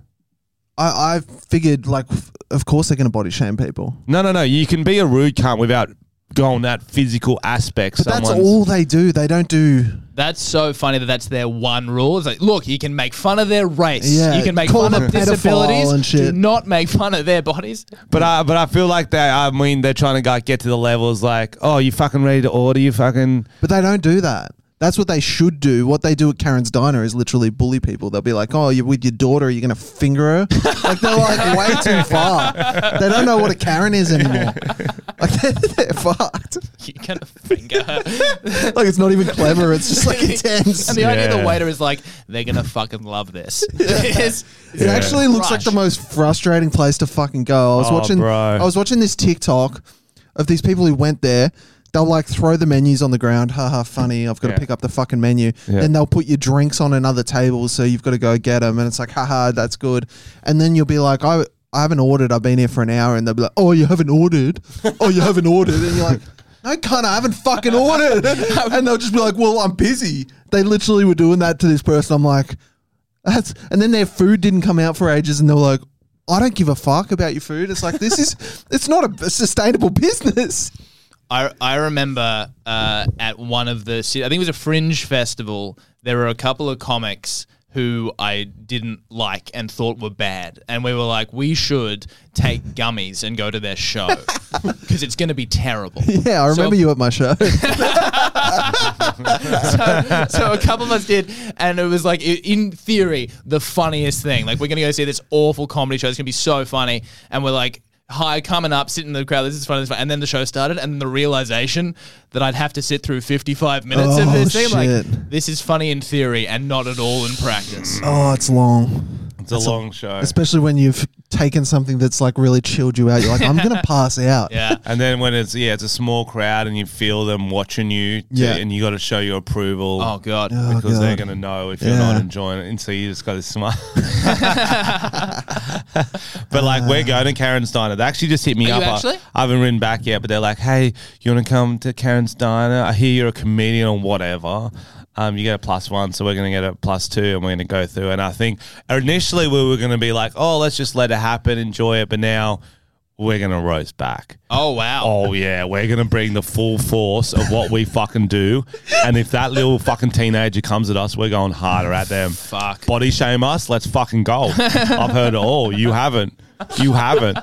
I, I figured, like, f- of course they're going to body shame people. no, no, no. You can be a rude cunt without going that physical aspect. But that's someone's- all they do. They don't do. That's so funny that that's their one rule. It's like, look, you can make fun of their race, Yeah, you can make call fun them of a pedophile disabilities, and do shit. not make fun of their bodies. But I, but I feel like they. I mean, they're trying to like, get to the levels like, oh, you fucking ready to order? You fucking. But they don't do that. That's what they should do. What they do at Karen's Diner is literally bully people. They'll be like, "Oh, you're with your daughter. Are you going to finger her?" Like they're like way too far. They don't know what a Karen is anymore. Like they're, they're fucked. You kind of finger her. Like it's not even clever. It's just like intense. And the idea of Yeah. the waiter is like, they're gonna fucking love this. It is- It actually looks like the Rush. most frustrating place to fucking go. I was Oh, watching bro. I was watching this TikTok of these people who went there. They'll like throw the menus on the ground. Haha, funny. I've got Yeah. to pick up the fucking menu. Yeah. Then they'll put your drinks on another table, so you've got to go get them. And it's like, haha, that's good. And then you'll be like, I, I haven't ordered. I've been here for an hour. And they'll be like, oh, you haven't ordered. Oh, you haven't ordered. And you're like, no, cunt, I haven't fucking ordered. and they'll just be like, well, I'm busy. They literally were doing that to this person. I'm like, that's and then their food didn't come out for ages, and they were like, "I don't give a fuck about your food." It's like this is it's not a sustainable business. I, I remember uh, at one of the ci- I think it was a fringe festival. There were a couple of comics who I didn't like and thought were bad, and we were like, we should take gummies and go to their show because it's going to be terrible. Yeah, I So- remember you at my show. so, so a couple of us did, and it was like, i- in theory, the funniest thing. Like, we're gonna go see this awful comedy show. It's gonna be so funny, and we're like. Hi, coming up, sitting in the crowd. This is funny, this is funny. And then the show started, and the realization that I'd have to sit through 55 minutes of Oh, this thing. Like, shit. this is funny in theory and not at all in practice. oh, it's long, It's a long show. especially when you've taken something that's like really chilled you out. You're like, I'm gonna pass out. Yeah. And then when it's yeah, it's a small crowd and you feel them watching you, to- Yeah. and you got to show your approval. Oh, God. Oh, because they're God. gonna know if you're not Yeah. enjoying it, and so you just got to smile. but like we're going to Karen's Diner. They actually just hit me Are up. you I- actually? I, haven't written back yet, but they're like, "Hey, you want to come to Karen's Diner? I hear you're a comedian or whatever." Um, you get a plus one, so we're gonna get a plus two, and we're gonna go through. And I think initially we were gonna be like, "Oh, let's just let it happen, enjoy it," but now we're gonna roast back. Oh, wow. Oh yeah, we're gonna bring the full force of what we fucking do, and if that little fucking teenager comes at us, we're going harder at them. Fuck. Body shame us? Let's fucking go. I've heard it all. You haven't. You haven't.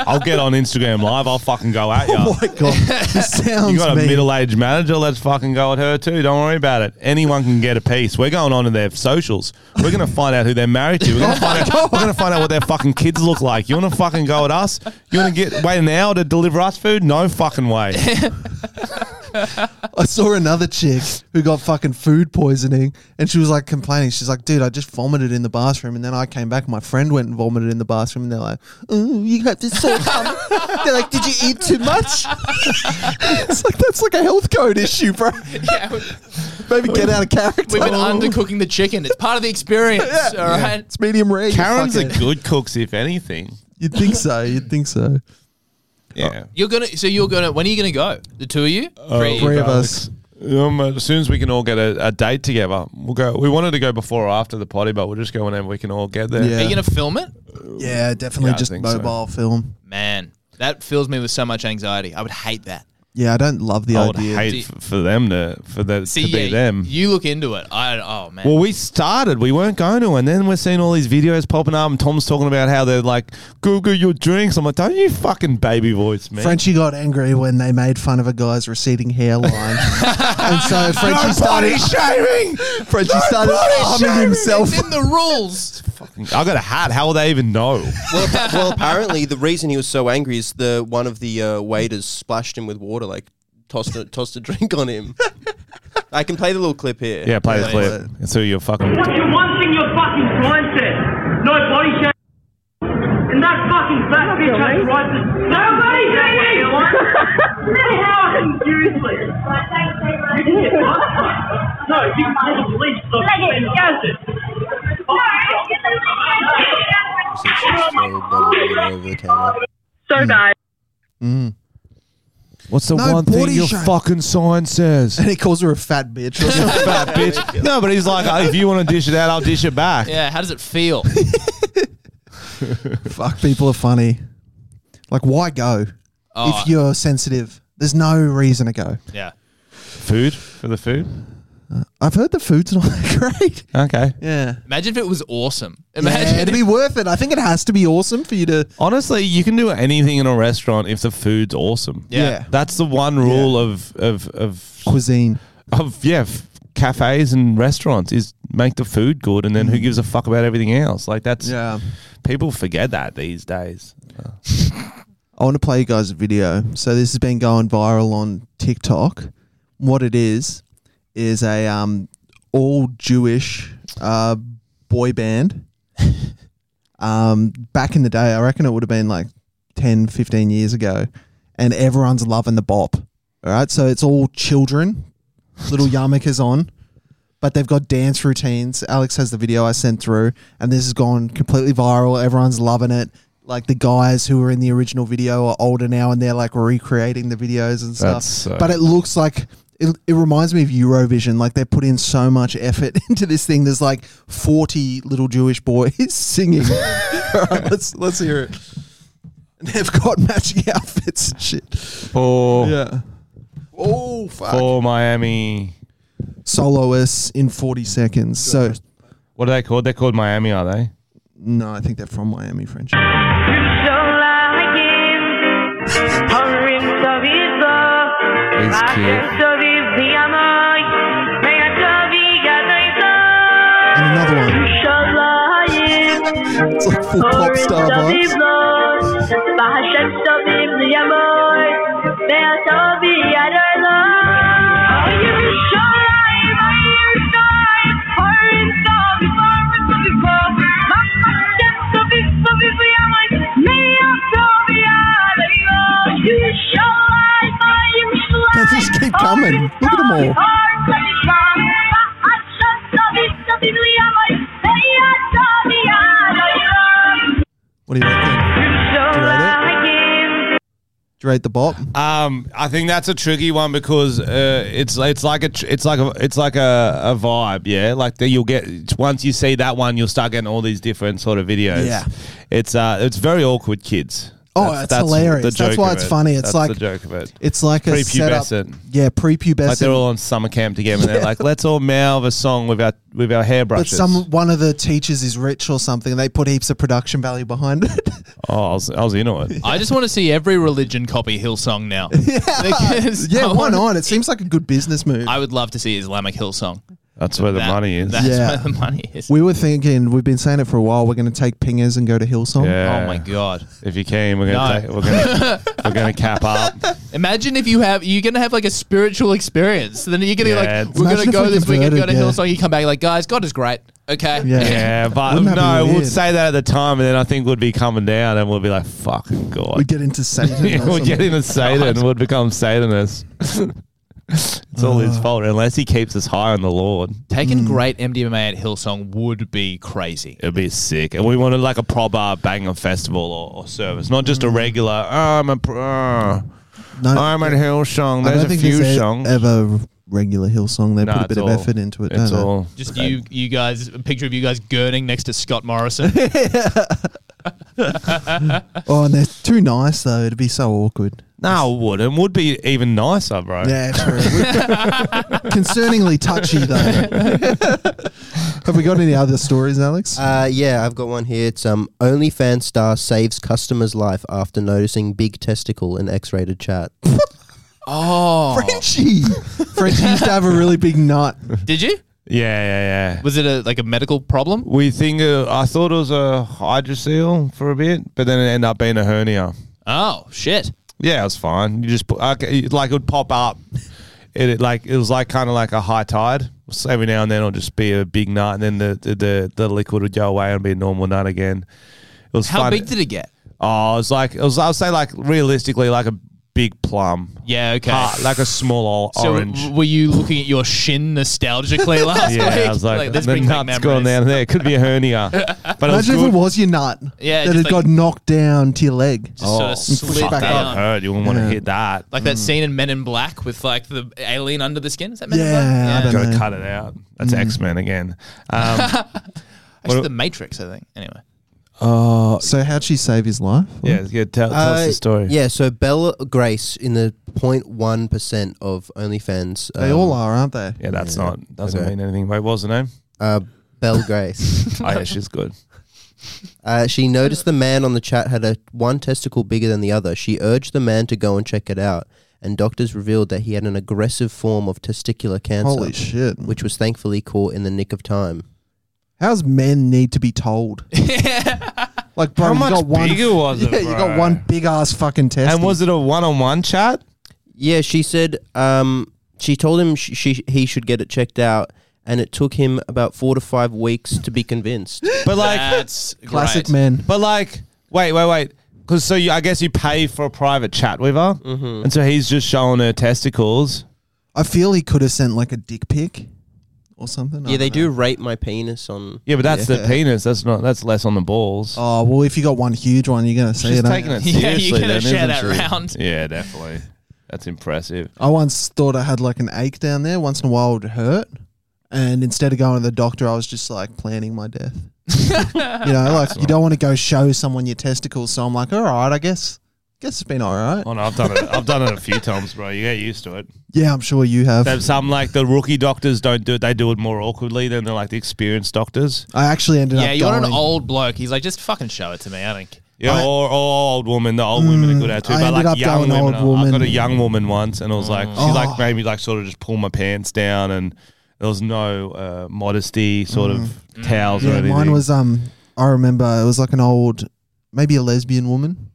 I'll get on Instagram live. I'll fucking go at ya. Oh my god, this sounds You got a mean. middle-aged manager. Let's fucking go at her too. Don't worry about it. Anyone can get a piece. We're going on to their socials. We're gonna find out who they're married to. We're gonna find out. We're gonna find out what their fucking kids look like. You wanna fucking go at us? You wanna get wait an hour to deliver us food? No fucking way. I saw another chick who got fucking food poisoning and she was like complaining. She's like, dude, I just vomited in the bathroom. And then I came back and my friend went and vomited in the bathroom. And they're like, oh, you got this sore stomach. they're like, did you eat too much? it's like, that's like a health code issue, bro. Yeah, we- Maybe get out of character. we've been undercooking the chicken. It's part of the experience. all right. It's medium rare. you Karen's are fuckhead. good cooks, if anything. You'd think so. You'd think so. Yeah. You're gonna. So you're gonna. When are you gonna go? The two of you. Three. Three of us. Um, as soon as we can all get a, a date together, we'll go. We wanted to go before or after the potty, but we'll just go whenever we can all get there. Are Yeah. you gonna film it? Yeah, definitely Yeah, I just think so. mobile film. Man, that fills me with so much anxiety. I would hate that. Yeah, I don't love the I would idea. hate f- for them to for the, See, to be yeah, them. You look into it. I. Oh man. Well, we started, we weren't going to, and then we're seeing all these videos popping up, and Tom's talking about how they're like, Google your drinks. I'm like, don't you fucking baby voice me. Frenchie got angry when they made fun of a guy's receding hairline, and so Frenchie Body started. shaming! Frenchie started body arming shaming himself. it's in the rules. I got a hat. How will they even know? well, appa- well, apparently the reason he was so angry is the one of the uh, waiters splashed him with water, like tossed a, tossed a drink on him. I can play the little clip here. yeah, play the Play clip. It's who you're fucking. What's the one thing your fucking blind said? No body shape. And that fucking fat bitch has rights. No body shaming! Seriously. No, you can the police. Look, So it's just throw body water over the counter. So, guys, What's the No one thing body your shame. fucking sign says? And he calls her a fat bitch. Or something. Fat bitch. No, but he's like, "Oh, if you want to dish it out, I'll dish it back. Yeah. How does it feel? Fuck, people are funny. Like, why go Oh, if you're sensitive? There's no reason to go. yeah. Food for the food. I've heard the food's not that great. Okay. Yeah. Imagine if it was awesome. yeah, Imagine. it'd be worth it. I think it has to be awesome for you to. Honestly, you can do anything in a restaurant if the food's awesome. Yeah. That's the one rule of of of Cuisine. of yeah, f- cafes and restaurants is make the food good, and then who gives a fuck about everything else? Like that's people forget that these days. I want to play you guys a video. So this has been going viral on TikTok. What it is is a um, all Jewish uh, boy band. um, back in the day, I reckon it would have been like 10, 15 years ago, and everyone's loving the bop. All right, so it's all children, little yarmulkes on, but they've got dance routines. Alex has the video I sent through, and this has gone completely viral. Everyone's loving it. Like the guys who were in the original video are older now, and they're like recreating the videos and stuff. That's so- but it looks like it, it reminds me of Eurovision. Like they put in so much effort into this thing. There's like 40 little Jewish boys singing. All right, let's let's hear it. And they've got matching outfits and shit. For Yeah. Oh fuck. for Miami, Soloists in 40 seconds. So what are they called? They're called Miami, are they? no, I think they're from Miami French. These kids. And another one. It's like full pop star vibes. They just keep coming. Look at them all. What do you reckon? Do you rate it? Do you rate the bop? Um, I think that's a tricky one because uh, it's it's like a tr- it's like a it's like a, a vibe, yeah. Like that you'll get once you see that one, you'll start getting all these different sort of videos. Yeah. it's uh, it's very awkward, kids. Oh, it's the hilarious. That's joke why of it's it. funny. It's That's like the joke of it. It's like a setup. Prepubescent. Yeah, prepubescent. Like they're all on summer camp together, and they're like, "Let's all mouth a song with our with our but hairbrushes." some one of the teachers is rich or something, and they put heaps of production value behind it. oh, I was, I was into it. I just want to see every religion copy Hillsong now. Because yeah, I why want- not? It seems like a good business move. I would love to see Islamic Hillsong. That's where the That- money is. That's Yeah. where the money is. we were thinking, we've been saying it for a while. We're going to take pingers and go to Hillsong. Yeah. Oh my god! If you can, we're gonna No. take, we're gonna we're gonna cap up. Imagine if you have you're gonna have like a spiritual experience. Then you're gonna be Yeah, like, it's- we're Imagine gonna if go we this weekend, go to converted, yeah. Hillsong. You come back like, guys, God is great. Okay. Yeah. Yeah, but Wouldn't that be no, we'd weird? say that at the time, and then I think we'd be coming down, and we'd be like, "Fucking god." We get into Satan. yeah, or we'd get something. into Satan. We'd become Satanists. it's all Uh. his fault, unless he keeps us high on the Lord. Taking great MDMA at Hillsong would be crazy. It'd be sick. And we wanted like a proper banger festival or, or service, not just a regular. "Oh, I'm a. pr- Uh, No, I'm at Hillsong. Mm. I There's don't a think few there's e- songs. ever regular Hillsong. They Nah, put a bit it's of all- effort into it. It's don't they? all Just you, you guys. A picture of you guys girding next to Scott Morrison. yeah, Oh, and they're too nice though. It'd be so awkward. no, it wouldn't. Would be even nicer, bro. Yeah, true. Concerningly touchy though. Have we got any other stories, Alex? Uh, yeah, I've got one here. It's um, OnlyFans star saves customer's life after noticing big testicle in X-rated chat. Oh. Frenchie. Frenchie used to have a really big nut. Did you? yeah, yeah. yeah. Was it a, like a medical problem? We think uh, I thought it was a hydrocele for a bit, but then it ended up being a hernia. Oh shit! Yeah, it was fine. You just put okay, it- like it would pop up. It, it like it was like kind of like a high tide. So every now and then it'll just be a big nut, and then the the, the, the liquid would go away and be a normal nut again. It was How fun. big did it get? Oh, it was like it was. I would say like realistically like a big plum. Yeah. Okay. Ah, like a small ol- So orange. w- were you looking at your shin nostalgically last yeah, week? I was like, this the brings back nut's gone memories. down there. It could be a hernia, but it was Imagine if it good. was your nut. Yeah, That just it like- got knocked down to your leg. Just sort of slid Fuck, back that Uh, down. hurt. You wouldn't want to hit that. Like that scene in Men in Black with like the alien under the skin. Is that Men Yeah, I in Black? don't know. Gotta cut it out. That's X Men again. Um, Actually, the Matrix, I think. Anyway, Oh. So how'd she save his life? yeah, yeah. Tell, tell us Uh, the story. Yeah, so Bella Grace in the 0.1% of OnlyFans. They um, all are, aren't they? Yeah, that's not doesn't Okay. mean anything. Wait, what was the name? Uh, Belle Grace. Oh yeah, she's good. uh, she noticed the man on the chat had a one testicle bigger than the other. She urged the man to go and check it out, and doctors revealed that he had an aggressive form of testicular cancer. Holy shit. Which was thankfully caught in the nick of time. How's men need to be told? Like, bro, How you much got one, bigger was it, Yeah, you got bro? one big ass fucking test. And was it a one-on-one chat? Yeah, she said um, she told him sh- she he should get it checked out, and it took him about four to five weeks to be convinced. But like, that's classic great. men? but like, wait, wait, wait. Because so you, I guess you pay for a private chat with her, and so he's just showing her testicles. I feel he could have sent like a dick pic or something. I yeah, they don't know. do rate my penis on. Yeah, but that's the Yeah. penis. That's not. That's less on the balls. Oh well, if you got one huge one, you're gonna see She's it. aren't taking you? it Yeah, you're seriously. gonna then, share isn't that she? round. Yeah, definitely. That's impressive. I once thought I had like an ache down there. Once in a while, it would hurt, and instead of going to the doctor, I was just like planning my death. you know, like you don't want to go show someone your testicles. So I'm like, all right, I guess, guess it's been all right. Oh no, I've done it. I've done it a few times, bro. You get used to it. Yeah, I'm sure you have. There's some like the rookie doctors don't do it. They do it more awkwardly than the like the experienced doctors. I actually ended up. Yeah, you going, want an old bloke? He's like, just fucking show it to me. I think. Yeah, I- or, or old woman. The old women are good at it too. I But ended like up young going women, old I- I woman. got a young woman once, and it was like she Oh. like made me like sort of just pull my pants down, and there was no uh, modesty sort of towels or Mm. Yeah, anything. mine was um. I remember it was like an old, maybe a lesbian woman,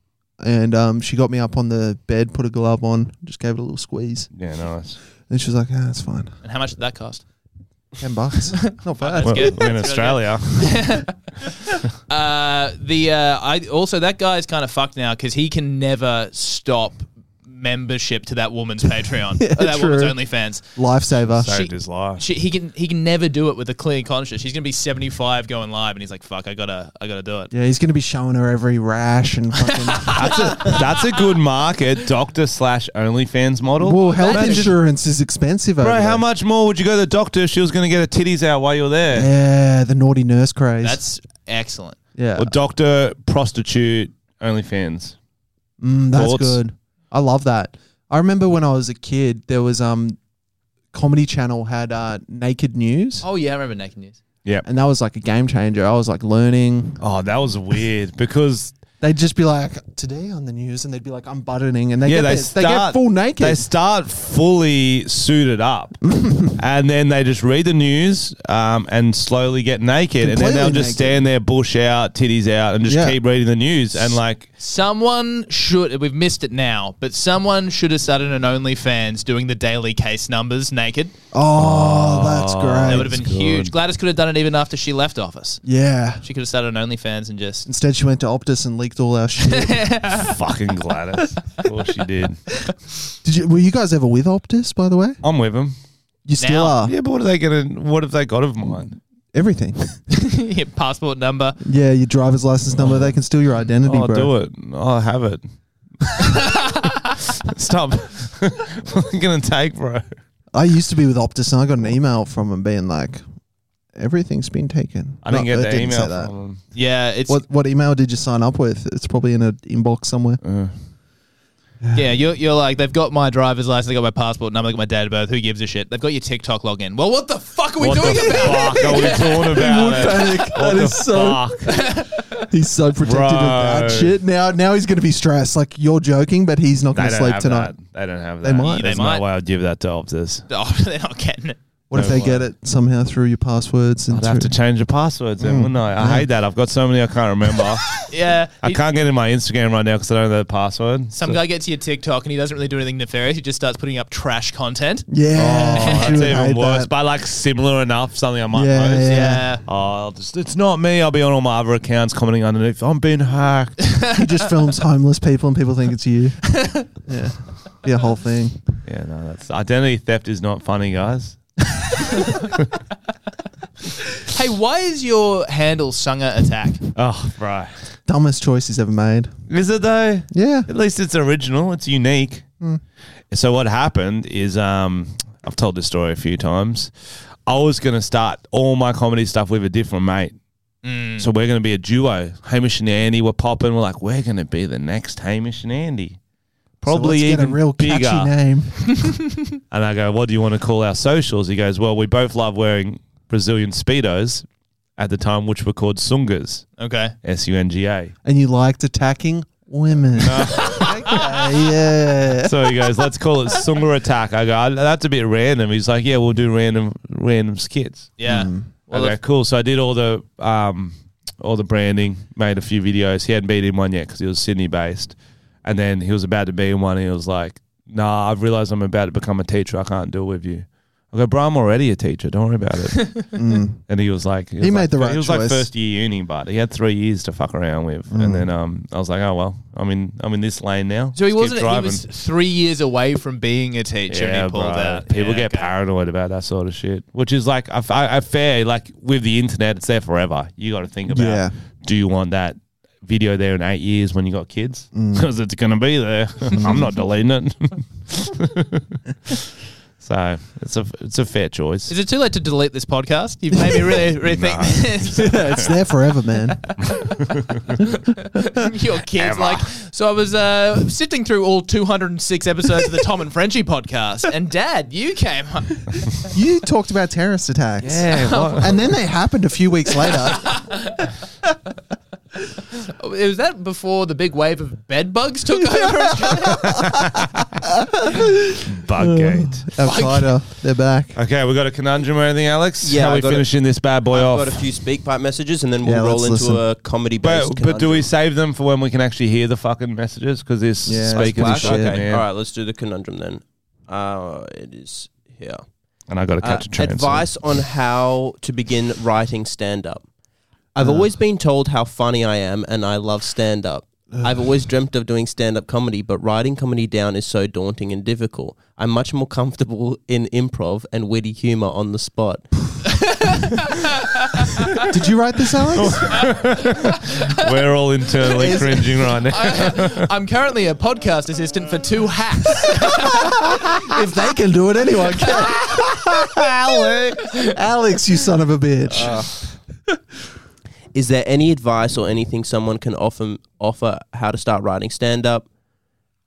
and um, she got me up on the bed, put a glove on, just gave it a little squeeze, yeah, nice. and she was like, "Ah, it's fine, And how much did that cost? ten bucks, not bad." Well, good. we're in That's really Australia. Uh, the uh, I also that guy's kind of fucked now because he can never stop membership to that woman's Patreon, or that true. woman's OnlyFans. Lifesaver. Saved his life. She, he can he can never do it with a clear conscience. She's gonna be seventy five going live, and he's like, "Fuck, I gotta I gotta do it." Yeah, he's going to be showing her every rash and fucking. That's a that's a good market. Doctor slash OnlyFans model. well, health insurance is expensive over Bro, how there. much more would you go to the doctor if she was going to get her titties out while you were there? Yeah, the naughty nurse craze. That's excellent. yeah. Or doctor, prostitute, OnlyFans. Mm, that's Thoughts? good. I love that. I remember when I was a kid, there was um, Comedy Channel had uh, Naked News, Oh yeah, I remember Naked News. and that was like a game changer. I was like learning. Oh, that was weird because They'd just be like, "Today on the news," and they'd be like, "I'm buttoning," and they yeah, get they their- start they get full naked. They start fully suited up, and then they just read the news um, and slowly get naked, and then Completely they'll just naked. stand there, bush out, titties out, and just Yeah. keep reading the news. And like, Someone should we've missed it now, but someone should have started an OnlyFans doing the daily case numbers naked. oh, that's That great. would have been huge. Gladys could have done it even after she left office. yeah. She could have started an OnlyFans and just Instead, she went to Optus and leaked all our shit. fucking Gladys, of course she did. Did you? Were you guys ever with Optus, by the way? I'm with him. You still Now. are. Yeah, but what are they gonna? What have they got of mine? Everything. your passport number. yeah, your driver's license number. They can steal your identity, Oh, I'll bro. do it. I'll have it. Stop. what are you gonna take, bro? I used to be with Optus, and I got an email from them being like, "Everything's been taken." I didn't No, get it the say email that. from them. Yeah, it's What what email did you sign up with? It's probably in an inbox somewhere. Uh, yeah. You're, you're like they've got my driver's license, they got my passport number, they got my date of birth. Who gives a shit? They've got your TikTok login. Well, what the fuck are we What doing the about? fuck are we talking about? panic. What That the is so. fuck? He's so protective of Bro. that shit. Now now he's gonna be stressed. Like you're joking, but he's not They gonna don't sleep have tonight. That. They don't have They that. might. There's They might. no way I'd give that to Optus. Oh, they're not getting it. What if No they way. get it somehow through your passwords and I'd have to through- change the passwords Mm. then, wouldn't I? I hate that. I've got so many I can't remember. Yeah, I he- can't get in my Instagram right now because I don't know the password. Some guy gets your TikTok and he doesn't really do anything nefarious. He just starts putting up trash content. Yeah, Oh, that's you would even hate worse. that. But like similar enough, something I might Yeah, post. yeah. Yeah. Oh, I'll just, it's not me. I'll be on all my other accounts commenting underneath. I'm being hacked. he just films homeless people and people think it's you. yeah, be a whole thing. yeah, no, that's identity theft is not funny, guys. Hey, why is your handle Sunga Attack? Oh, right. Dumbest choice he's ever made. Is it though? Yeah. Mm. At least it's original. It's unique. So what happened is, um, I've told this story a few times. I was going to start all my comedy stuff with a different mate. Mm. So we're going to be a duo. Hamish and Andy were popping. We're like, we're going to be the next Hamish and Andy. Probably so let's even get a real bigger. catchy name. And I go, what do you want to call our socials? He goes, well, we both love wearing Brazilian speedos at the time, which were called sungas, Okay. S U N G A. And you liked attacking women. okay, yeah. So he goes, let's call it Sunga Attack. I go, "Uh, that's a bit random. He's like, yeah, we'll do random random skits. Yeah. Well, okay, the- cool. So I did all the um, all the branding, made a few videos. He hadn't been in one yet because he was Sydney based, and then he was about to be in one. And he was like, "Nah, I've realized I'm about to become a teacher. I can't deal with you." I go, "Bro, I'm already a teacher. Don't worry about it." Mm. And he was like, was He made like- the right He was like choice. Mm. first year uni, but he had three years to fuck around with. And then um, I was like, "Oh well, I'm in. I'm in this lane now." so Just he keep wasn't. He driving." was three years away from being a teacher, and he pulled bro. out. People Yeah, get okay. paranoid about that sort of shit, which is like I, I, I fair. Like with the internet, it's there forever. You got to think about: Yeah. Do you want that video there in eight years when you got kids? Mm. Because it's gonna be there. I'm not deleting it. so it's a it's a fair choice. Is it too late to delete this podcast? You've made me really rethink this. It's there forever, man. Your kids like. So I was uh, sitting through all 206 episodes of the Tom and Frenchie podcast, and Dad, you came. up. You talked about terrorist attacks. yeah, what- And then they happened a few weeks later. Was that before the big wave of bed bugs took over? Australia? Buggate. Al Qaeda, they're back. Okay, we got a conundrum or anything, Alex? Yeah, How I we got it. finishing this bad boy I've off? got a few speak pipe messages, and then we'll Yeah, roll into let's listen. a comedy based. but, but do we save them for when we can actually hear the fucking messages? Because this Yeah, speaker's that's shit, whack. man. All right, let's do the conundrum then. Uh, it is here. And I got to Uh, catch a train. soon. advice on how to begin writing stand up. Uh. I've always been told how funny I am and I love stand up. I've Uh. always dreamt of doing stand up comedy, but writing comedy down is so daunting and difficult. I'm much more comfortable in improv and witty humor on the spot. Did you write this, Alex? We're all internally cringing right now. I'm currently a podcast assistant for two hacks. if they can do it, anyone can. Alex. Alex, you son of a bitch. Is there any advice or anything someone can offer offer how to start writing stand up?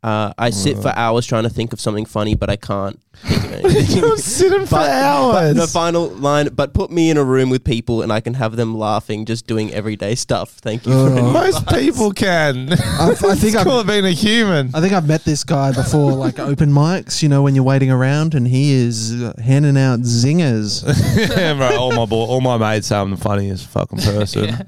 Uh, I sit for hours trying to think of something funny, but I can't think of anything. You're sitting for hours. The final line, but put me in a room with people and I can have them laughing, just doing everyday stuff. Thank you. for any Most advice." people can. I, I It's think I've, called being a human. I think I've met this guy before, like open mics. You know, when you're waiting around, and he is uh, handing out zingers. yeah, bro. All my boy, all my mates say I'm the funniest fucking person.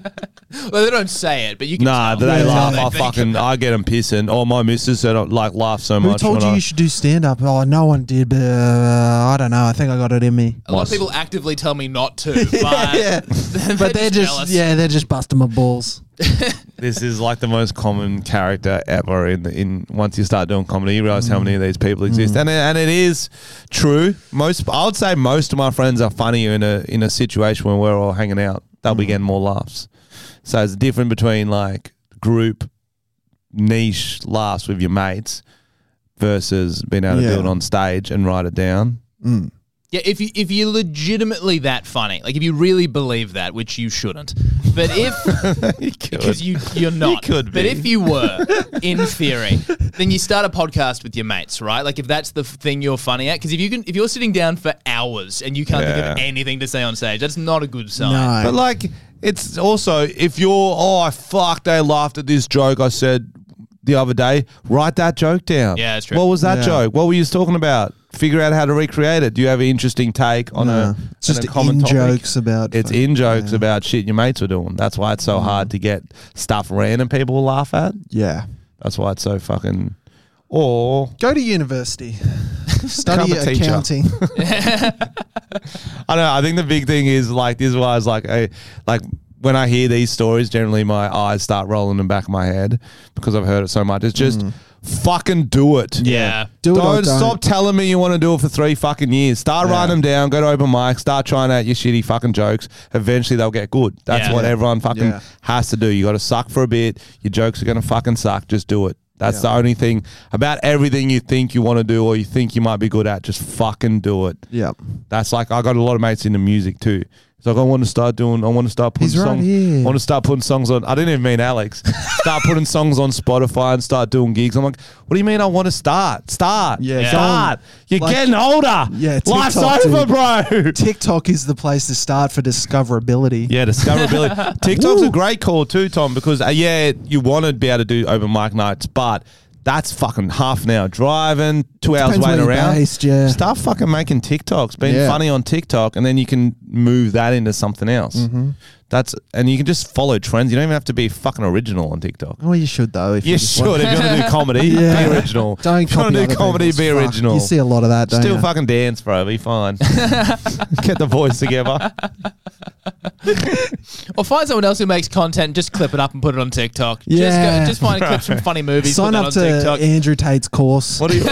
Well, they don't say it, but you can. Nah, tell. they Yeah. laugh. They I think fucking, I get them pissing. Oh, my missus said I like laugh so Who much. told when you I, you should do stand up? Oh, no one did, but uh, I don't know. I think I got it in me. A lot of people actively tell me not to, but, they're, but they're just, jealous. yeah, they're just busting my balls. This is like the most common character ever. In in once you start doing comedy, you realize how many of these people exist, and it, and it is true. Most I would say most of my friends are funnier in a in a situation when we're all hanging out. They'll be getting more laughs. So it's different between like group niche laughs with your mates versus being able to Yeah. do it on stage and write it down. Yeah, if you if you're legitimately that funny, like if you really believe that, which you shouldn't, but if You could. because you you're not, could but be. if you were, in theory, then you start a podcast with your mates, right? Like if that's the f- thing you're funny at, because if you can, if you're sitting down for hours and you can't think Yeah. of anything to say on stage, that's not a good sign. But like, it's also if you're oh I fuck they laughed at this joke I said the other day. Write that joke down. Yeah, that's true. What was that Yeah. joke? What were you talking about? Figure out how to recreate it. Do you have an interesting take on No. a It's just on a common in topic? jokes about It's fucking- in jokes about shit your mates were doing. That's why it's so hard to get stuff random people laugh at. Yeah. That's why it's so fucking. Or Go to university. Study Become a teacher. accounting. I don't know. I think the big thing is like this is why I was like, I, like when I hear these stories, generally my eyes start rolling in the back of my head because I've heard it so much. It's just fucking do it. Yeah. Mm. Do it or don't, don't. stop telling me you want to do it for three fucking years. Start writing them down. Go to open mic. Start trying out your shitty fucking jokes. Eventually they'll get good. That's Yeah. what everyone fucking Yeah. has to do. You got to suck for a bit. Your jokes are gonna fucking suck. Just do it. That's the only thing about everything you think you want to do or you think you might be good at. Just fucking do it. yep. That's like I got a lot of mates into music too. It's like I want to start doing. I want to start putting He's right songs. here. I want to start putting songs on. I didn't even mean Alex. start putting songs on Spotify and start doing gigs. I'm like, what do you mean? I want to start. Start. Yeah, Start. You're Like- getting older. Yeah, Life's TikTok, over, bro. TikTok is the place to start for discoverability. Yeah, discoverability. TikTok's a great call too, Tom, because uh, yeah, you want to be able to do open mic nights, but that's fucking half an hour driving, two hours Depends waiting where you're around. based, yeah. Start fucking making TikToks, being Yeah. funny on TikTok, and then you can move that into something else. Mm-hmm. That's and you can just follow trends. You don't even have to be fucking original on TikTok. Well, you should though. If You just want- should if you want to do comedy, Mm-hmm. Yeah. be original. Don't if you want copy to other do comedy, people's. be Fuck, original. You see a lot of that, don't Still you? fucking dance, bro. Be fine. Get the voice together. Or find someone else who makes content, just clip it up and put it on TikTok. Yeah. Just, go, just find clips from funny movies, put Sign that up on to TikTok. Andrew Tate's course. What do you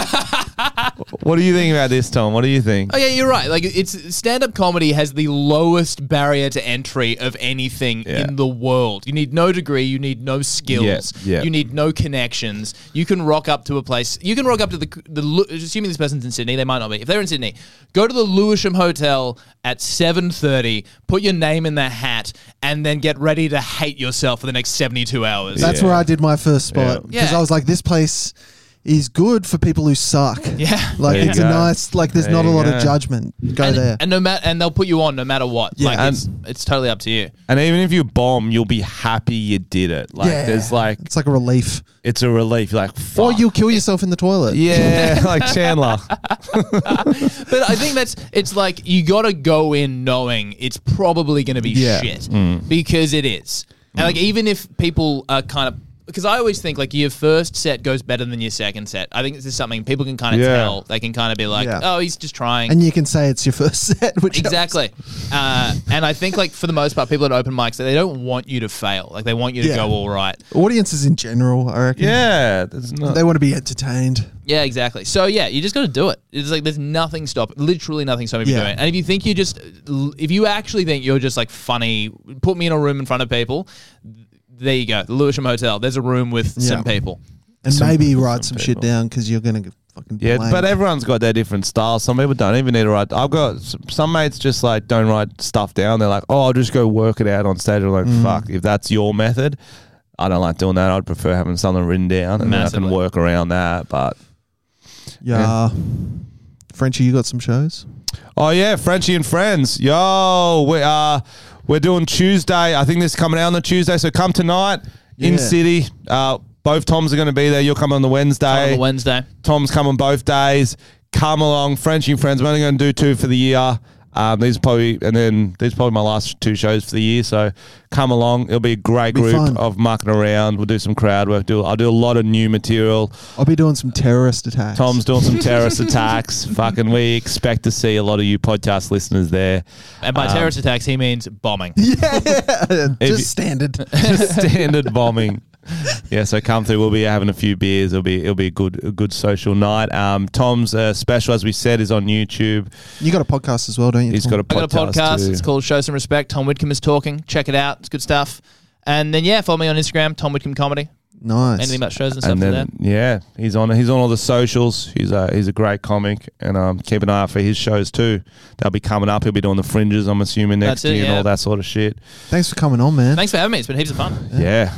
What do you think about this, Tom? What do you think? Oh yeah, you're right. Like it's stand-up comedy has the lowest barrier to entry of anything Yeah. in the world. You need no degree, you need no skills, Yeah, yeah. you need no connections. You can rock up to a place. You can rock up to the the Lu- assuming this person's in Sydney, they might not be. If they're in Sydney, go to the Lewisham Hotel at 7:30, put your name in the hat and then get ready to hate yourself for the next 72 hours. That's Yeah. where I did my first spot Yeah. because Yeah. I was like, this place is good for people who suck. Yeah. like There you it's a go. nice like. There's There not a you lot go. of judgment. Go and, there. and no matter and they'll put you on no matter what. Yeah, like and- it's, it's totally up to you. And even if you bomb, you'll be happy you did it. Like yeah, there's like it's like a relief. it's a relief. You're like fuck. Or you'll kill yourself in the toilet. yeah, like Chandler. But I think that's it's like you gotta go in knowing it's probably gonna be Yeah. Mm. shit because it is, and like even if people are kind of because I always think like your first set goes better than your second set. I think this is something people can kind of Yeah. tell. They can kind of be like, Yeah. oh, he's just trying. and you can say it's your first set, which Exactly, uh, and I think like for the most part, people at open mics they don't want you to fail. Like they want you to Yeah. go all right. audiences in general, I reckon. yeah, there's not. They want to be entertained. Yeah, exactly. So yeah, you just got to do it. It's like there's nothing stop, literally nothing stopping you Yeah. doing it. And if you think you just, if you actually think you're just like funny, put me in a room in front of people. There you go, the Lewisham Hotel. There's a room with some Yeah. people. And Some- maybe write some, shit people. down because you're gonna fucking yeah, blank. but everyone's got their different styles. Some people don't even need to write. I've got s- some mates just like don't Mm. write stuff down. They're like, oh, I'll just go work it out on stage. I'm like, fuck, if that's your method, I don't like doing that. I'd prefer having something written down and then I Massively. can work around that. But Yeah. Frenchie, you got some shows? oh yeah, Frenchie and friends, yo, we are we're doing Tuesday. I think this is coming out on the Tuesday, so come tonight Yeah. in city. Uh, both Toms are going to be there. You'll come on the Wednesday. on the Wednesday. Tom's coming both days. Come along, Frenchie and friends. I'm only going to do two for the year. Um, these are probably and then these are probably my last two shows for the year. So come along. It'll be a great Be group fun. of mucking around. We'll do some crowd work. Do I'll do a lot of new material. I'll be doing some terrorist attacks. Tom's doing some terrorist attacks. Fucking, we expect to see a lot of you podcast listeners there. And by terrorist attacks, he means bombing. If just you- standard. Just standard bombing. Yeah, so come through. We'll be having a few beers. It'll be it'll be a good a good social night. Um, Tom's uh, special, as we said, is on YouTube. you got a podcast as well, don't you? He's Tom? got a I podcast. got a podcast. too. It's called Show Some Respect. Tom Whitcomb is talking. Check it out. It's good stuff. And then yeah, follow me on Instagram, Tom Whitcomb Comedy. nice. Anything about shows and stuff and like then that. yeah, he's on he's on all the socials. He's a he's a great comic, and um, keep an eye out for his shows too. They'll be coming up. He'll be doing the fringes, I'm assuming next That's it, year and yeah. all that sort of shit. Thanks for coming on, man. Thanks for having me. It's been heaps of fun. Yeah,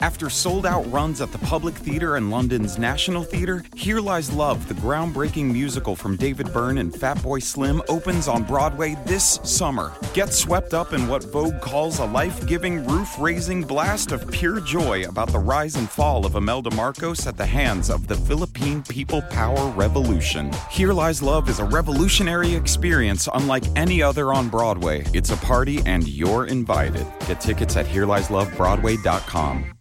After sold out runs at the Public Theatre and London's National Theatre, Here Lies Love, the groundbreaking musical from David Byrne and Fatboy Slim, opens on Broadway this summer. Get swept up in what Vogue calls a life giving, roof raising blast of pure joy about the rise and fall of Imelda Marcos at the hands of the Philippine People Power Revolution. Here Lies Love is a revolutionary experience unlike any other on Broadway. It's a party, and you're invited. Get tickets at HereLiesLoveBroadway.com.